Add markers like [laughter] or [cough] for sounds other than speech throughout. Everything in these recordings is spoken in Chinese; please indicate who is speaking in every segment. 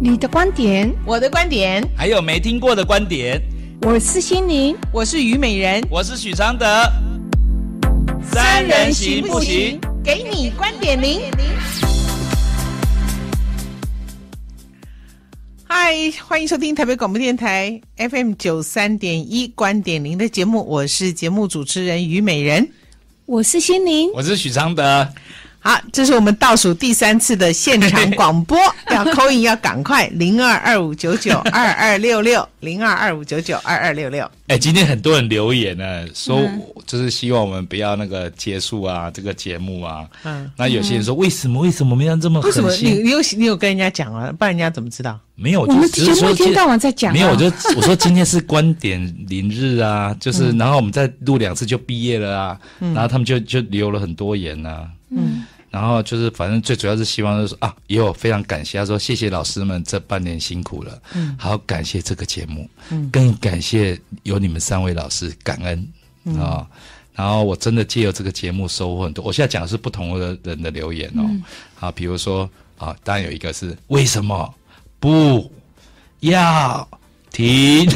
Speaker 1: 你的观点，
Speaker 2: 我的观点，
Speaker 3: 还有没听过的观点。
Speaker 1: 我是心灵，
Speaker 2: 我是虞美人，
Speaker 3: 我是许常德，三人行不行？？
Speaker 2: 给你观点零。嗨，欢迎收听台北广播电台 FM 九三点一观点零的节目，我是节目主持人虞美人。
Speaker 1: 我是心灵，
Speaker 3: 我是许常德，
Speaker 2: 好，这是我们倒数第三次的现场广
Speaker 3: [laughs]
Speaker 2: 播，要扣印要赶快零二二五九九二二六六零二二五九九二二六
Speaker 3: [laughs]
Speaker 2: 六。
Speaker 3: 哎、今天很多人留言呢，说就是希望我们不要那个结束啊，这个节目啊。
Speaker 2: 嗯，
Speaker 3: 那有些人说，为什么为什么我们要这么
Speaker 2: 为什
Speaker 3: 狠
Speaker 2: 么你
Speaker 3: 心？
Speaker 2: 你有你有跟人家讲啊？不然人家怎么知道？
Speaker 3: 没有，
Speaker 1: 我
Speaker 3: 就
Speaker 1: 们
Speaker 3: 只
Speaker 1: 节
Speaker 3: 是
Speaker 1: 目
Speaker 3: 说
Speaker 1: 一天
Speaker 3: 今
Speaker 1: 到晚在讲、啊，
Speaker 3: 没有，我就我说今天是观点零日啊，就是、然后我们再录两次就毕业了啊，然后他们就就留了很多言啊。
Speaker 1: 嗯，
Speaker 3: 然后就是，反正最主要是希望就是说啊，也有非常感谢，他说谢谢老师们这半年辛苦了，嗯，好感谢这个节目，嗯，更感谢有你们三位老师，感恩啊、然后我真的借由这个节目收获很多。我现在讲的是不同的人的留言哦，啊，比如说啊，当然有一个是为什么不要停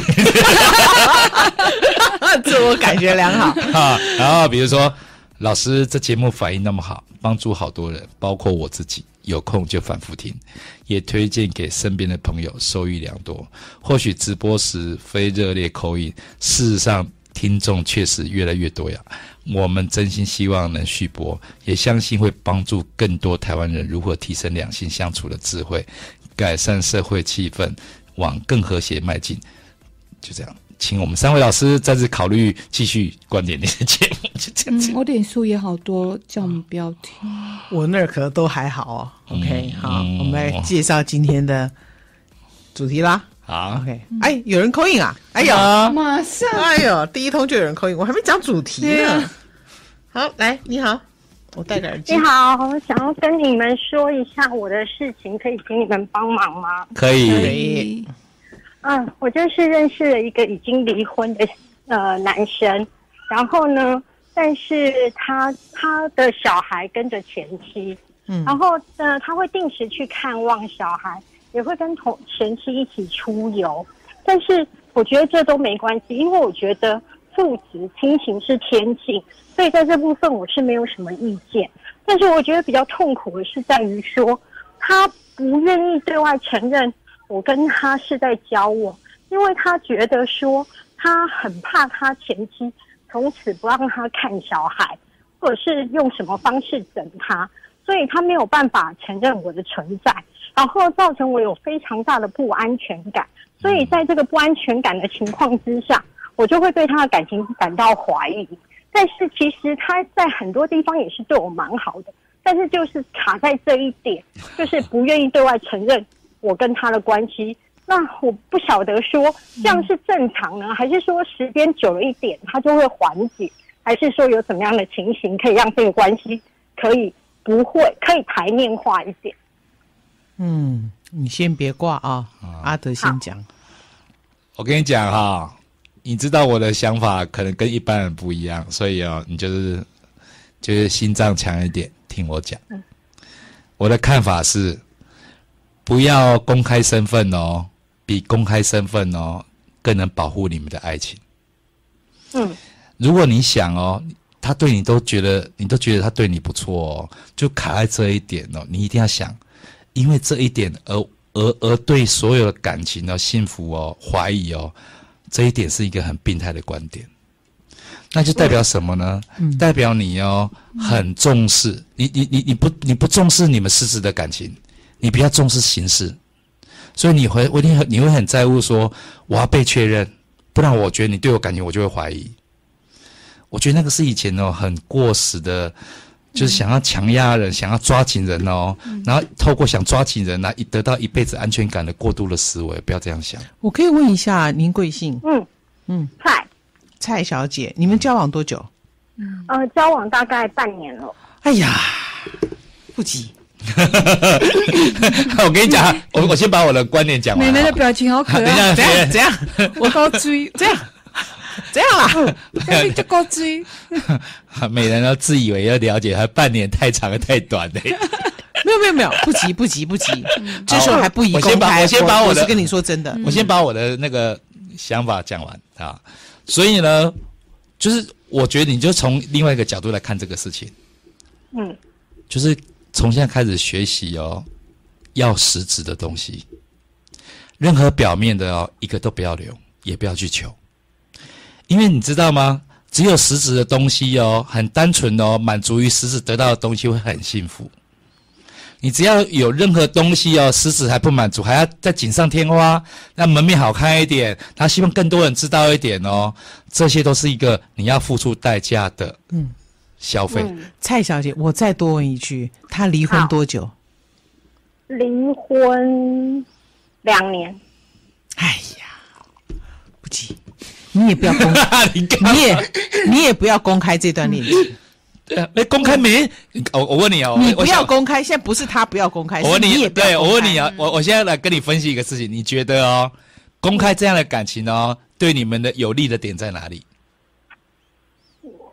Speaker 2: [laughs] 自我感觉良好。
Speaker 3: 啊？ [laughs] 然后比如说老师这节目反应那么好，帮助好多人，包括我自己。有空就反复听，也推荐给身边的朋友，收益良多。或许直播时非热烈口音，事实上听众确实越来越多呀。我们真心希望能续播，也相信会帮助更多台湾人如何提升两性相处的智慧，改善社会气氛，往更和谐迈进。就这样，请我们三位老师再次考虑继续观点你的节目，就这样子。
Speaker 1: 嗯我脸书也好多叫我们不要听，
Speaker 2: [laughs] 我那儿可都还好哦。OK，好，
Speaker 3: 嗯
Speaker 2: 我们来介绍今天的主题啦。
Speaker 3: 好，
Speaker 2: OK，哎，有人扣印啊！哎呦，
Speaker 1: 马上
Speaker 2: 哎呦，第一通就有人扣印，我还没讲主题
Speaker 1: 对
Speaker 2: 呢
Speaker 1: 啊。
Speaker 2: 好，来，你好，我戴着耳机
Speaker 4: 你。好，我想要跟你们说一下我的事情，可以请你们帮忙吗？
Speaker 3: 可
Speaker 2: 可
Speaker 3: 以，
Speaker 2: 以
Speaker 4: 嗯，我就是认识了一个已经离婚的呃男生，然后呢，但是他他的小孩跟着前妻，
Speaker 2: 嗯
Speaker 4: 然后呃他会定时去看望小孩，也会跟同前妻一起出游，但是我觉得这都没关系，因为我觉得父子亲情是天性，所以在这部分我是没有什么意见。但是我觉得比较痛苦的是在于说，他不愿意对外承认我跟他是在交往，因为他觉得说他很怕他前妻从此不让他看小孩，或者是用什么方式整他，所以他没有办法承认我的存在，然后造成我有非常大的不安全感。所以在这个不安全感的情况之下，我就会对他的感情感到怀疑。但是其实他在很多地方也是对我蛮好的，但是就是卡在这一点，就是不愿意对外承认我跟他的关系。那我不晓得说这样是正常呢，还是说时间久了一点他就会缓解，还是说有怎么样的情形可以让这个关系可以不会可以台面化一点？
Speaker 2: 嗯，你先别挂啊，阿德先讲。
Speaker 3: 我跟你讲哈、你知道我的想法可能跟一般人不一样，所以哦，你就是就是心脏强一点，听我讲。我的看法是，不要公开身份哦，比公开身份哦更能保护你们的爱情。
Speaker 4: 嗯，
Speaker 3: 如果你想哦，他对你都觉得，你都觉得他对你不错哦，就卡在这一点哦，你一定要想，因为这一点而而而对所有的感情的、幸福哦、怀疑哦，这一点是一个很病态的观点。那就代表什么呢？代表你哦，很重视你你你你不你不重视你们实质的感情，你比较重视形式，所以你会我一定很你会很在乎说我要被确认，不然我觉得你对我感情我就会怀疑。我觉得那个是以前哦很过时的，就是想要强压人，想要抓紧人哦，然后透过想抓紧人来一得到一辈子安全感的过度的思维，不要这样想。
Speaker 2: 我可以问一下您贵姓？
Speaker 4: 嗯
Speaker 2: 嗯，
Speaker 4: 菜
Speaker 2: 蔡小姐，你们交往多久？
Speaker 4: 呃，交往大概半年了，
Speaker 2: 哎呀，不急。
Speaker 3: [laughs] 我跟你讲，我我先把我的观点讲完
Speaker 1: 美
Speaker 3: 啊。
Speaker 1: 人的
Speaker 3: [laughs]
Speaker 1: 表情好可
Speaker 3: 等一
Speaker 1: 爱，
Speaker 3: 下，
Speaker 2: 怎样？怎
Speaker 3: 别
Speaker 2: 样？
Speaker 1: 我高追，
Speaker 2: 这样？这样啦？
Speaker 1: 但是就高追，
Speaker 3: 美人都自以为要了解，还半年太长了太短嘞。
Speaker 2: [laughs] 没有没有没有，不急不急不急，这时候
Speaker 3: 嗯好
Speaker 2: 还不宜
Speaker 3: 我
Speaker 2: 公
Speaker 3: 先把
Speaker 2: 开。
Speaker 3: 我先把我
Speaker 2: 我
Speaker 3: 的嗯
Speaker 2: 是跟你说真的，
Speaker 3: 我先把我的那个想法讲完啊。所以呢，就是我觉得你就从另外一个角度来看这个事情，
Speaker 4: 嗯，
Speaker 3: 就是从现在开始学习哦，要实质的东西，任何表面的哦，一个都不要留，也不要去求，因为你知道吗？只有实质的东西哦，很单纯哦，满足于实质得到的东西会很幸福。你只要有任何东西哦，实质还不满足，还要再锦上添花，让门面好看一点，他希望更多人知道一点哦，这些都是一个你要付出代价的，嗯，消费。 [laughs]
Speaker 2: 蔡小姐，我再多问一句，她离婚
Speaker 4: 好
Speaker 2: 多久？
Speaker 4: 离婚两年，
Speaker 2: 哎呀，不急，你也不要公，
Speaker 3: [laughs] 啊你干嘛
Speaker 2: 你也你也不要公开这段恋情，
Speaker 3: 哎，公开没？我我问你哦，
Speaker 2: 你不
Speaker 3: 我
Speaker 2: 要。
Speaker 3: 我想
Speaker 2: 公开。现在不是她不要公开，
Speaker 3: 我问
Speaker 2: 是你
Speaker 3: 你，
Speaker 2: 也不要
Speaker 3: 对，
Speaker 2: 公开
Speaker 3: 我问你啊，我我现在来跟你分析一个事情，你觉得哦，公开这样的感情哦，对你们的有利的点在哪里？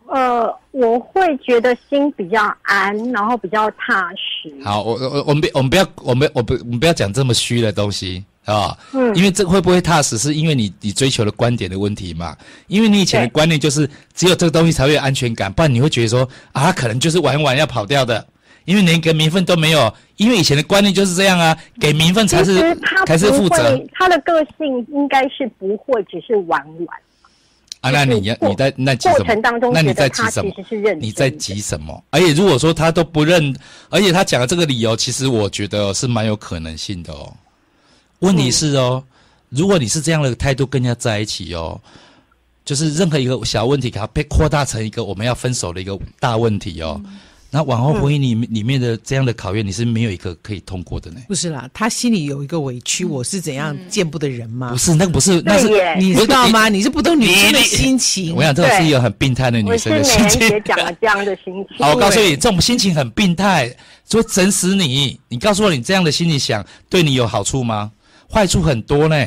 Speaker 4: 呃，我会觉得心比较安，然后比较踏实。
Speaker 3: 好，我我我们不我们不要我们我不我们不要讲这么虚的东西啊，
Speaker 4: 嗯
Speaker 3: 因为这会不会踏实，是因为你你追求的观点的问题嘛？因为你以前的
Speaker 4: 对
Speaker 3: 观念就是只有这个东西才会有安全感，不然你会觉得说啊，他可能就是玩一玩要跑掉的。因为连个名分都没有，因为以前的观念就是这样啊，给名分才
Speaker 4: 其
Speaker 3: 是
Speaker 4: 实他
Speaker 3: 才是负
Speaker 4: 不
Speaker 3: 责
Speaker 4: 会，他的个性应该是不会只是玩玩。
Speaker 3: 啊。那你
Speaker 4: 过
Speaker 3: 你在那急什
Speaker 4: 过程当
Speaker 3: 么？
Speaker 4: 中
Speaker 3: 那你在
Speaker 4: 觉得
Speaker 3: 急
Speaker 4: 他
Speaker 3: 什么
Speaker 4: 其实是认？真的
Speaker 3: 你在急什么？而且如果说他都不认，而且他讲的这个理由，其实我觉得是蛮有可能性的哦。问题是哦，如果你是这样的态度跟人家在一起哦，就是任何一个小问题，给它被扩大成一个我们要分手的一个大问题哦。那往后婚姻里
Speaker 4: 嗯
Speaker 3: 面里面的这样的考验，你是没有一个可以通过的呢。
Speaker 2: 不是啦，她心里有一个委屈，
Speaker 3: 嗯
Speaker 2: 我是怎样见不得人吗
Speaker 3: 不？是，那个不是，那是
Speaker 4: 对耶
Speaker 2: 你
Speaker 3: 不是
Speaker 2: 知道
Speaker 3: 嗯你
Speaker 2: 吗？你是不懂女生的
Speaker 3: 你
Speaker 2: 心情
Speaker 3: 我。想这种是一个很病态的
Speaker 4: 我
Speaker 3: 女
Speaker 4: 是
Speaker 3: 生
Speaker 4: 美
Speaker 3: 的心
Speaker 4: 人
Speaker 3: 情。
Speaker 4: 姐讲了这样的心情。
Speaker 3: 好，我告诉你，这种心情很病态，就会整死你。你告诉我，你这样的心里想，对你有好处吗？坏处很多呢，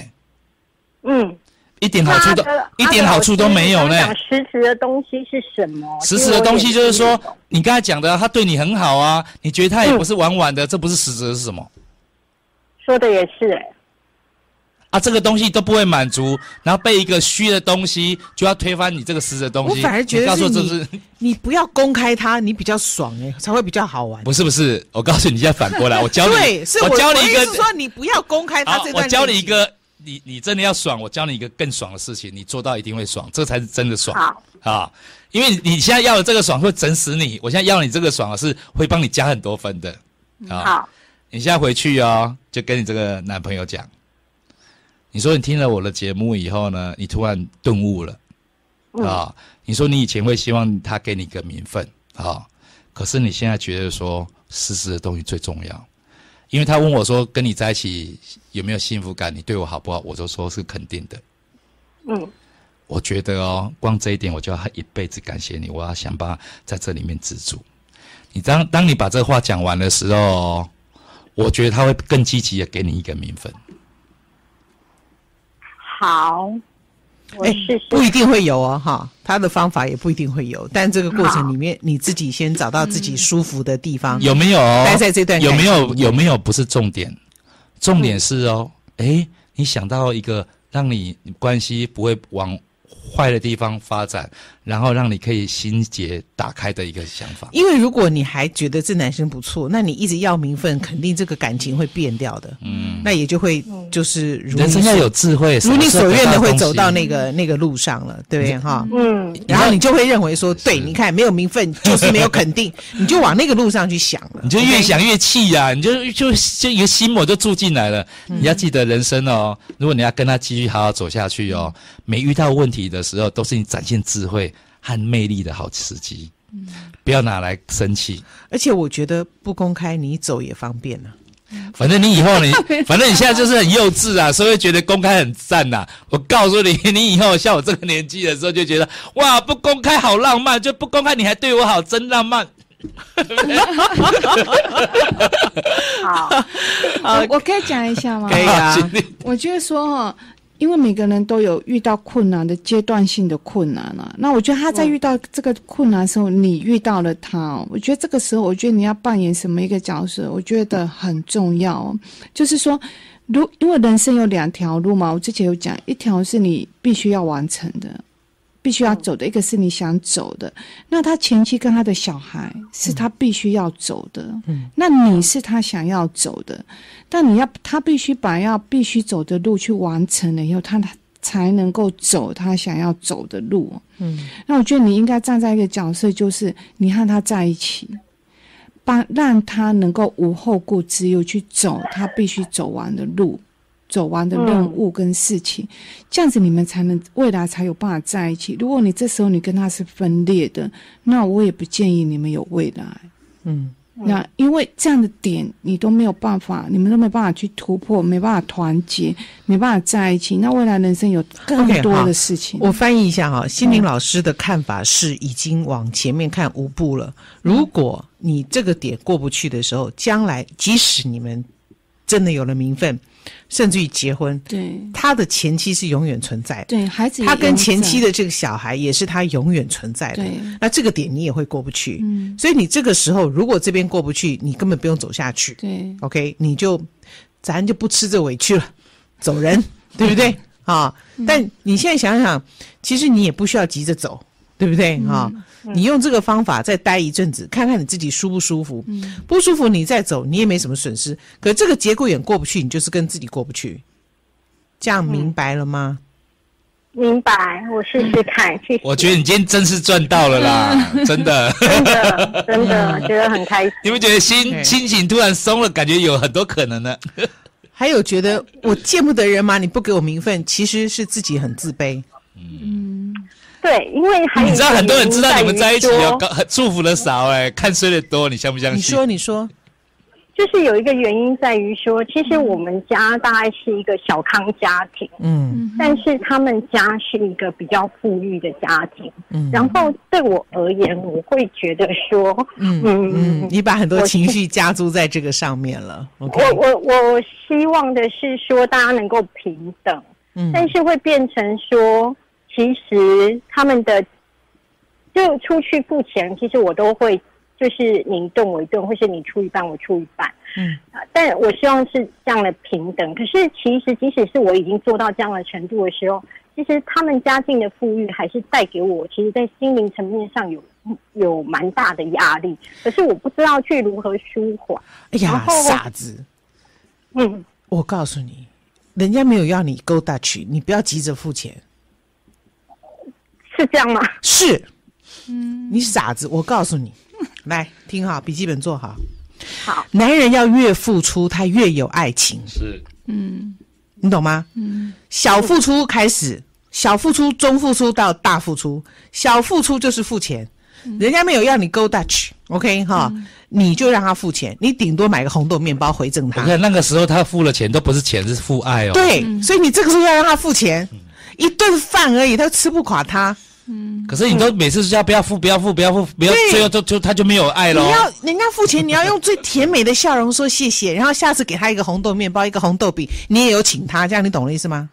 Speaker 4: 嗯，
Speaker 3: 一点好处都
Speaker 4: 那
Speaker 2: 呃
Speaker 4: 阿德
Speaker 3: 一点好处都没有
Speaker 4: 阿
Speaker 3: 呢
Speaker 4: 德老。师讲实质的东西是什么？
Speaker 3: 实质的东西就是
Speaker 4: 因为
Speaker 3: 说
Speaker 4: 我也不懂，
Speaker 3: 你刚才讲的，他对你很好啊，你觉得他也不是玩玩的，这不是实质的是什么
Speaker 4: 说的也是、哎
Speaker 3: 啊？这个东西都不会满足，然后被一个虚的东西就要推翻你这个实质的东
Speaker 2: 我
Speaker 3: 西。
Speaker 2: 反而觉
Speaker 3: 你
Speaker 2: 得
Speaker 3: 告诉
Speaker 2: 是
Speaker 3: 我这
Speaker 2: 你
Speaker 3: 是，
Speaker 2: 你不要公开他，你比较爽哎、才会比较好玩。
Speaker 3: 不是不是？我告诉你，现在反过来，我教你，
Speaker 2: 对，是我
Speaker 3: 教你一
Speaker 2: 我
Speaker 3: 个
Speaker 2: 意思说你不要公开他
Speaker 3: 好
Speaker 2: 这，段。
Speaker 3: 啊我教你一，个，你你真的要爽，我教你一个更爽的事情，你做到一定会爽，这才是真的爽
Speaker 4: 好
Speaker 3: 啊！因为你你现在要的这个爽会整死你，我现在要你这个爽是会帮你加很多分的啊！
Speaker 4: 好，
Speaker 3: 你现在回去哦，就跟你这个男朋友讲，你说你听了我的节目以后呢，你突然顿悟了啊！你说你以前会希望他给你一个名分啊，可是你现在觉得说实质的东西最重要。因为他问我说跟你在一起有没有幸福感，你对我好不好，我就说是肯定的。
Speaker 4: 嗯，
Speaker 3: 我觉得哦，光这一点我就要一辈子感谢你，我要想办法在这里面自主。你当当你把这话讲完的时候哦，我觉得他会更积极的给你一个名分。
Speaker 4: 好，我
Speaker 2: 哎、
Speaker 4: 试试。
Speaker 2: 不一定会有哦，哈，他的方法也不一定会有，但这个过程里面你自己先找到自己舒服的地方。
Speaker 3: 有没有
Speaker 2: 待在这段
Speaker 3: 有没
Speaker 2: 感情
Speaker 3: 有
Speaker 2: 里面
Speaker 3: 有没有不是重点，重点是哦，诶，你想到一个让你关系不会往坏的地方发展，然后让你可以心结打开的一个想法。
Speaker 2: 因为如果你还觉得这男生不错，那你一直要名分，肯定这个感情会变掉的。嗯，那也就会就是如
Speaker 3: 人生
Speaker 2: 你
Speaker 3: 要
Speaker 2: 所
Speaker 3: 有智慧，
Speaker 2: 如你所愿的会走到
Speaker 3: 那。
Speaker 2: 那个那个路上了，对不对哈？
Speaker 4: 嗯，
Speaker 2: 然后你就会认为说，对，你看没有名分就是没有肯定，你就往那个路上去想了。
Speaker 3: 你就越想越气呀、你就就就一个心魔就住进来了。你要记得人生哦，如果你要跟他继续好好走下去哦，每遇到问题的时候，都是你展现智慧和魅力的好时机。不要拿来生气，
Speaker 2: 而且我觉得不公开你走也方便啊了、
Speaker 3: 反正你以后你，反正你现在就是很幼稚啊，所以会觉得公开很赞呐、我告诉你， [laughs] 你以后像我这个年纪的时候，就觉得哇，不公开好浪漫，就不公开你还对我好，真浪漫。
Speaker 4: 好，
Speaker 1: 我我可以讲一下吗？
Speaker 2: 可以啊
Speaker 3: 心里
Speaker 1: [laughs] 我觉得说哈，因为每个人都有遇到困难的阶段性的困难啊。那我觉得他在遇到这个困难的时候，你遇到了他、哦，我觉得这个时候，我觉得你要扮演什么一个角色，我觉得很重要、哦。就是说，如因为人生有两条路嘛，我之前有讲，一条是你必须要完成的。必须要走的一个是你想走的，那他前妻跟他的小孩是他必须要走的，嗯，那你是他想要走的，但你要他必须把要必须走的路去完成了以后，他才能够走他想要走的路。
Speaker 2: 嗯，
Speaker 1: 那我觉得你应该站在一个角色，就是你和他在一起，帮让他能够无后顾之忧去走他必须走完的路。走完的任务跟事情，这样子你们才能未来才有办法在一起。如果你这时候你跟他是分裂的，那我也不建议你们有未来。
Speaker 2: 嗯，
Speaker 1: 那因为这样的点你都没有办法，你们都没办法去突破，没办法团结，没办法在一起。那未来人生有更
Speaker 2: OK，
Speaker 1: 多
Speaker 2: 好
Speaker 1: 的事情。
Speaker 2: 我翻译一下哈、心灵老师的看法是已经往前面看五步了。如果你这个点过不去的时候，将来即使你们真的有了名分，甚至于结婚，
Speaker 1: 对
Speaker 2: 他的前妻是永远存在的，
Speaker 1: 对，孩子也
Speaker 2: 他跟前妻
Speaker 1: 的
Speaker 2: 的这个小孩也是他永远存在的
Speaker 1: 对。
Speaker 2: 那这个点你也会过不去，
Speaker 1: 嗯
Speaker 2: 所以你这个时候如果这边过不去，你根本不用走下去。
Speaker 1: 对
Speaker 2: OK，你就咱就不吃这委屈了，走人，对不对啊？
Speaker 4: 嗯
Speaker 2: 但你现在想想，其实你也不需要急着走，对不对啊？
Speaker 4: 嗯
Speaker 2: 你用这个方法再待一阵子，看看你自己舒不舒服，
Speaker 4: 嗯
Speaker 2: 不舒服你再走，你也没什么损失。可这个节骨眼过不去，你就是跟自己过不去，这
Speaker 4: 嗯
Speaker 2: 样明白了吗？
Speaker 4: 明白，我试试看，谢谢。
Speaker 3: [laughs] 嗯我觉得你今天真是赚到了啦，真的。
Speaker 4: [laughs] 真的真
Speaker 3: [laughs]
Speaker 4: 的觉得很开心。
Speaker 3: 你们觉得心
Speaker 2: 对
Speaker 3: 心情突然松了，感觉有很多可能呢？
Speaker 2: 还有觉得我见不得人嘛，你不给我名分，其实是自己很自卑。
Speaker 4: 对，因为还有
Speaker 3: 你
Speaker 4: 一
Speaker 3: 知道
Speaker 4: 个
Speaker 3: 很多人
Speaker 4: 原因
Speaker 3: 知道你们在一起
Speaker 4: 在于
Speaker 3: 哦
Speaker 4: 说，
Speaker 3: 高祝福的少哎、看衰的多，你相不相
Speaker 2: 你
Speaker 3: 信？
Speaker 2: 说，你说，
Speaker 4: 就是有一个原因在于说，其实我们家大概是一个小康家庭，
Speaker 2: 嗯
Speaker 4: 但是他们家是一个比较富裕的家庭。
Speaker 2: 嗯
Speaker 4: 然后对我而言，我会觉得说，
Speaker 2: 嗯嗯，你把很多情绪加注在这个上面了。OK，
Speaker 4: 我我我希望的是说大家能够平等，
Speaker 2: 嗯
Speaker 4: 但是会变成说，其实他们的就出去付钱，其实我都会就是你一顿我一顿，或是你出一半我出一半。
Speaker 2: 嗯
Speaker 4: 啊，但我希望是这样的平等。可是其实即使是我已经做到这样的程度的时候，其实他们家境的富裕还是带给我，其实在心灵层面上有嗯有蛮大的压力。可是我不知道去如何舒缓。
Speaker 2: 哎呀
Speaker 4: 然，后
Speaker 2: 傻子，
Speaker 4: 嗯。
Speaker 2: 我告诉你，人家没有要你 go Dutch，你不要急着付钱。
Speaker 4: 是这样吗？
Speaker 2: 是，嗯，你傻子，我告诉
Speaker 4: [laughs]
Speaker 2: 你，来听好，笔记本做好。
Speaker 4: 好，
Speaker 2: 男人要越付出，他越有爱情，
Speaker 3: 是
Speaker 4: 嗯
Speaker 2: 你懂吗？嗯，小付出开始，小付出、中付出到大付出，小付出就是付钱。
Speaker 4: 嗯
Speaker 2: 人家没有要你 go Dutch，OK、哈，你就让他付钱，你顶多买个红豆面包回赠
Speaker 3: 我
Speaker 2: 他。
Speaker 3: 看那个时候他付了钱，都不是钱，是付爱哦。，
Speaker 2: 对，所以你这个时候要让他付钱，一顿饭而已，他吃不垮他。
Speaker 3: 可是你都每次叫不要付，不要付，不要付，不要
Speaker 2: 对，
Speaker 3: 最后就就他就没有爱
Speaker 2: 你
Speaker 3: 喽。
Speaker 2: 要人家付钱，你要用最甜美的笑容说谢谢，然后下次给他一个红豆面包，一个红豆饼，你也有请他，这样你懂我的意思吗？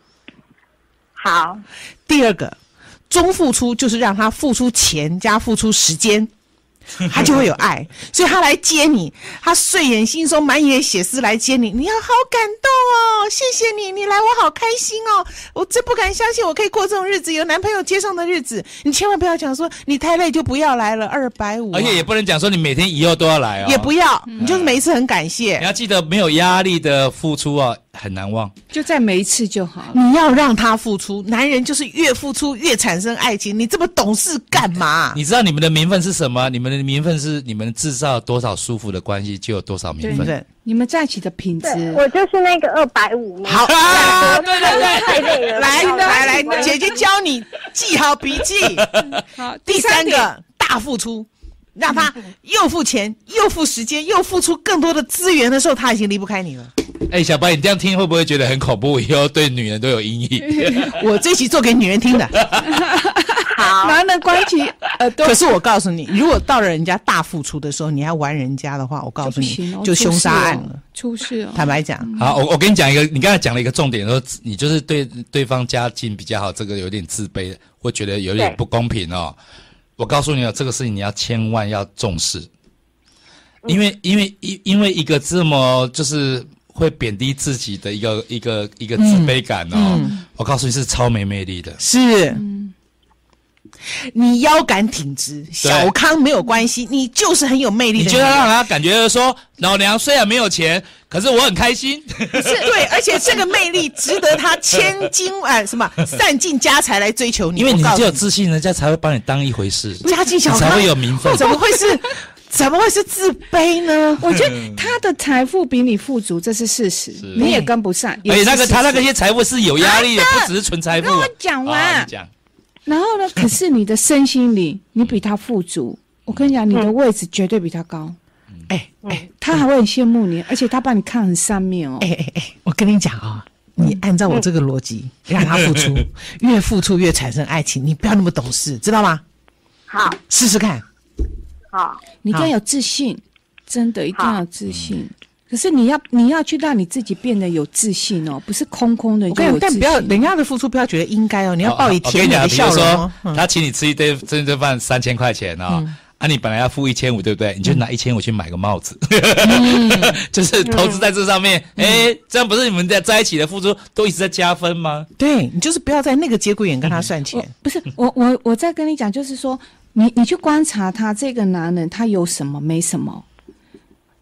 Speaker 4: 好，
Speaker 2: 第二个，中付出就是让他付出钱加付出时
Speaker 3: [laughs]
Speaker 2: 间。他就会有爱，所以他来接你，他睡眼惺忪、满眼血丝来接你，你要好感动哦，谢谢你，你来我好开心哦，我真不敢相信我可以过这种日子，有男朋友接送的日子，你千万不要讲说你太累就不要来了，二百五，啊
Speaker 3: 而哦哎且也不能讲说你每天以后都要来哦，
Speaker 2: 也不要，你就是每一次很感谢
Speaker 3: 你，要记得没有压力的付出啊，很难忘。
Speaker 1: 就在每一次就好了。
Speaker 2: 你要让他付出，男人就是越付出越产生爱情。你这么懂事干嘛？
Speaker 3: 你知道你们的名分是什么？你们的名分是你们制造多少舒服的关系，就有多少名
Speaker 2: 对不
Speaker 3: 分。
Speaker 2: 对？
Speaker 1: 你们在一起的品质，
Speaker 4: 对我就是那个二百五。
Speaker 2: 好啊，对对对，
Speaker 4: 太累了。
Speaker 2: 来
Speaker 4: 不要
Speaker 2: 来
Speaker 4: 不要
Speaker 2: 来，姐姐教你记好笔记。
Speaker 1: 好，
Speaker 2: 第三个大付出，让他又付钱，又付时间，又付出更多的资源的时候，他已经离不开你了。
Speaker 3: 哎、小白，你这样听会不会觉得很恐怖？以后对女人都有阴影？
Speaker 2: 我这期做给女人听的，
Speaker 4: 好，
Speaker 1: 男人关呃起耳朵
Speaker 2: 可，是我告诉你，如果到了人家大付出的时候，你还玩人家的话，我告诉
Speaker 1: 不
Speaker 2: 你
Speaker 1: 行哦，
Speaker 2: 就凶杀案了。，
Speaker 1: 出事哦出事
Speaker 2: 坦
Speaker 1: 哦。
Speaker 2: 白讲，
Speaker 3: 好，我我跟你讲一个，你刚才讲了一个重点，说你就是对对方家境比较好，这个有点自卑，会觉得有点
Speaker 4: 对
Speaker 3: 不公平哦。我告诉你哦，这个事情你要千万要重视，
Speaker 2: 嗯
Speaker 3: 因为因为因因为一个这么就是会贬低自己的一个一个一个自卑感哦，我告诉你是超没魅力的。
Speaker 2: 是，你腰杆挺直，小康没有关系，你就是很有魅力
Speaker 3: 你
Speaker 2: 的
Speaker 3: 就
Speaker 2: 女
Speaker 3: 要
Speaker 2: 人。
Speaker 3: 让他感觉说，老娘虽然没有钱，可是我很开心。
Speaker 2: 是对，而且这个魅力值得他千金哎、什么散尽家财来追求你，
Speaker 3: 因为
Speaker 2: 我
Speaker 3: 你
Speaker 2: 告
Speaker 3: 只
Speaker 2: 诉
Speaker 3: 有自信，人家才会把你当一回事，
Speaker 2: 家境小
Speaker 3: 你
Speaker 2: 康
Speaker 3: 才会有名分。
Speaker 2: 怎么会是怎么会是自卑呢？
Speaker 1: 我觉得他的财富比你富足，这是事实，你也跟不上。
Speaker 2: 哎
Speaker 3: 而且
Speaker 1: 也是
Speaker 3: 哎那个
Speaker 1: 事实
Speaker 3: 他那个些财富是有压力的，不只是纯财富。
Speaker 1: 让我讲完
Speaker 3: 啊你讲
Speaker 1: 然后呢？可是你的身心灵，你比他富足。我跟你讲，你的位置绝对比他高，
Speaker 2: 嗯哎哎
Speaker 1: 他还会很羡慕你，而且他把你看很上面哦。
Speaker 2: [laughs] 哎哎哎，我跟你讲啊、你按照我这个逻辑，让他付
Speaker 3: [laughs]
Speaker 2: 出，越付出越产生爱情。你不要那么懂事，知道吗？
Speaker 4: 好
Speaker 2: 试试看。
Speaker 4: 好，
Speaker 1: 你一定要有自信，真的一定要有自信。可是你要你要去让你自己变得有自信哦，不是空空的
Speaker 2: 我
Speaker 1: 就
Speaker 2: 跟你
Speaker 1: 有自
Speaker 2: 讲，但
Speaker 1: 信。
Speaker 2: 不要人家的付出，不要觉得应该哦，你要
Speaker 3: 哦
Speaker 2: 抱以
Speaker 3: 我跟
Speaker 2: 甜美
Speaker 3: 你讲，
Speaker 2: 的
Speaker 3: 比如
Speaker 2: 笑容
Speaker 3: 说
Speaker 2: 哦。嗯
Speaker 3: 他请你吃一顿这顿饭三千块钱啊，啊，你本来要付一千五，对不对？你就拿一千五去买个帽子， [laughs] 就是投资在这上面。哎，这样不是你们在在一起的付出都一直在加分吗？
Speaker 2: 对你就是不要在那个节骨眼跟
Speaker 3: 嗯
Speaker 2: 他算钱
Speaker 1: 我。不是我我我在跟你讲，就是说你你去观察他这个男人，他有什么没什么，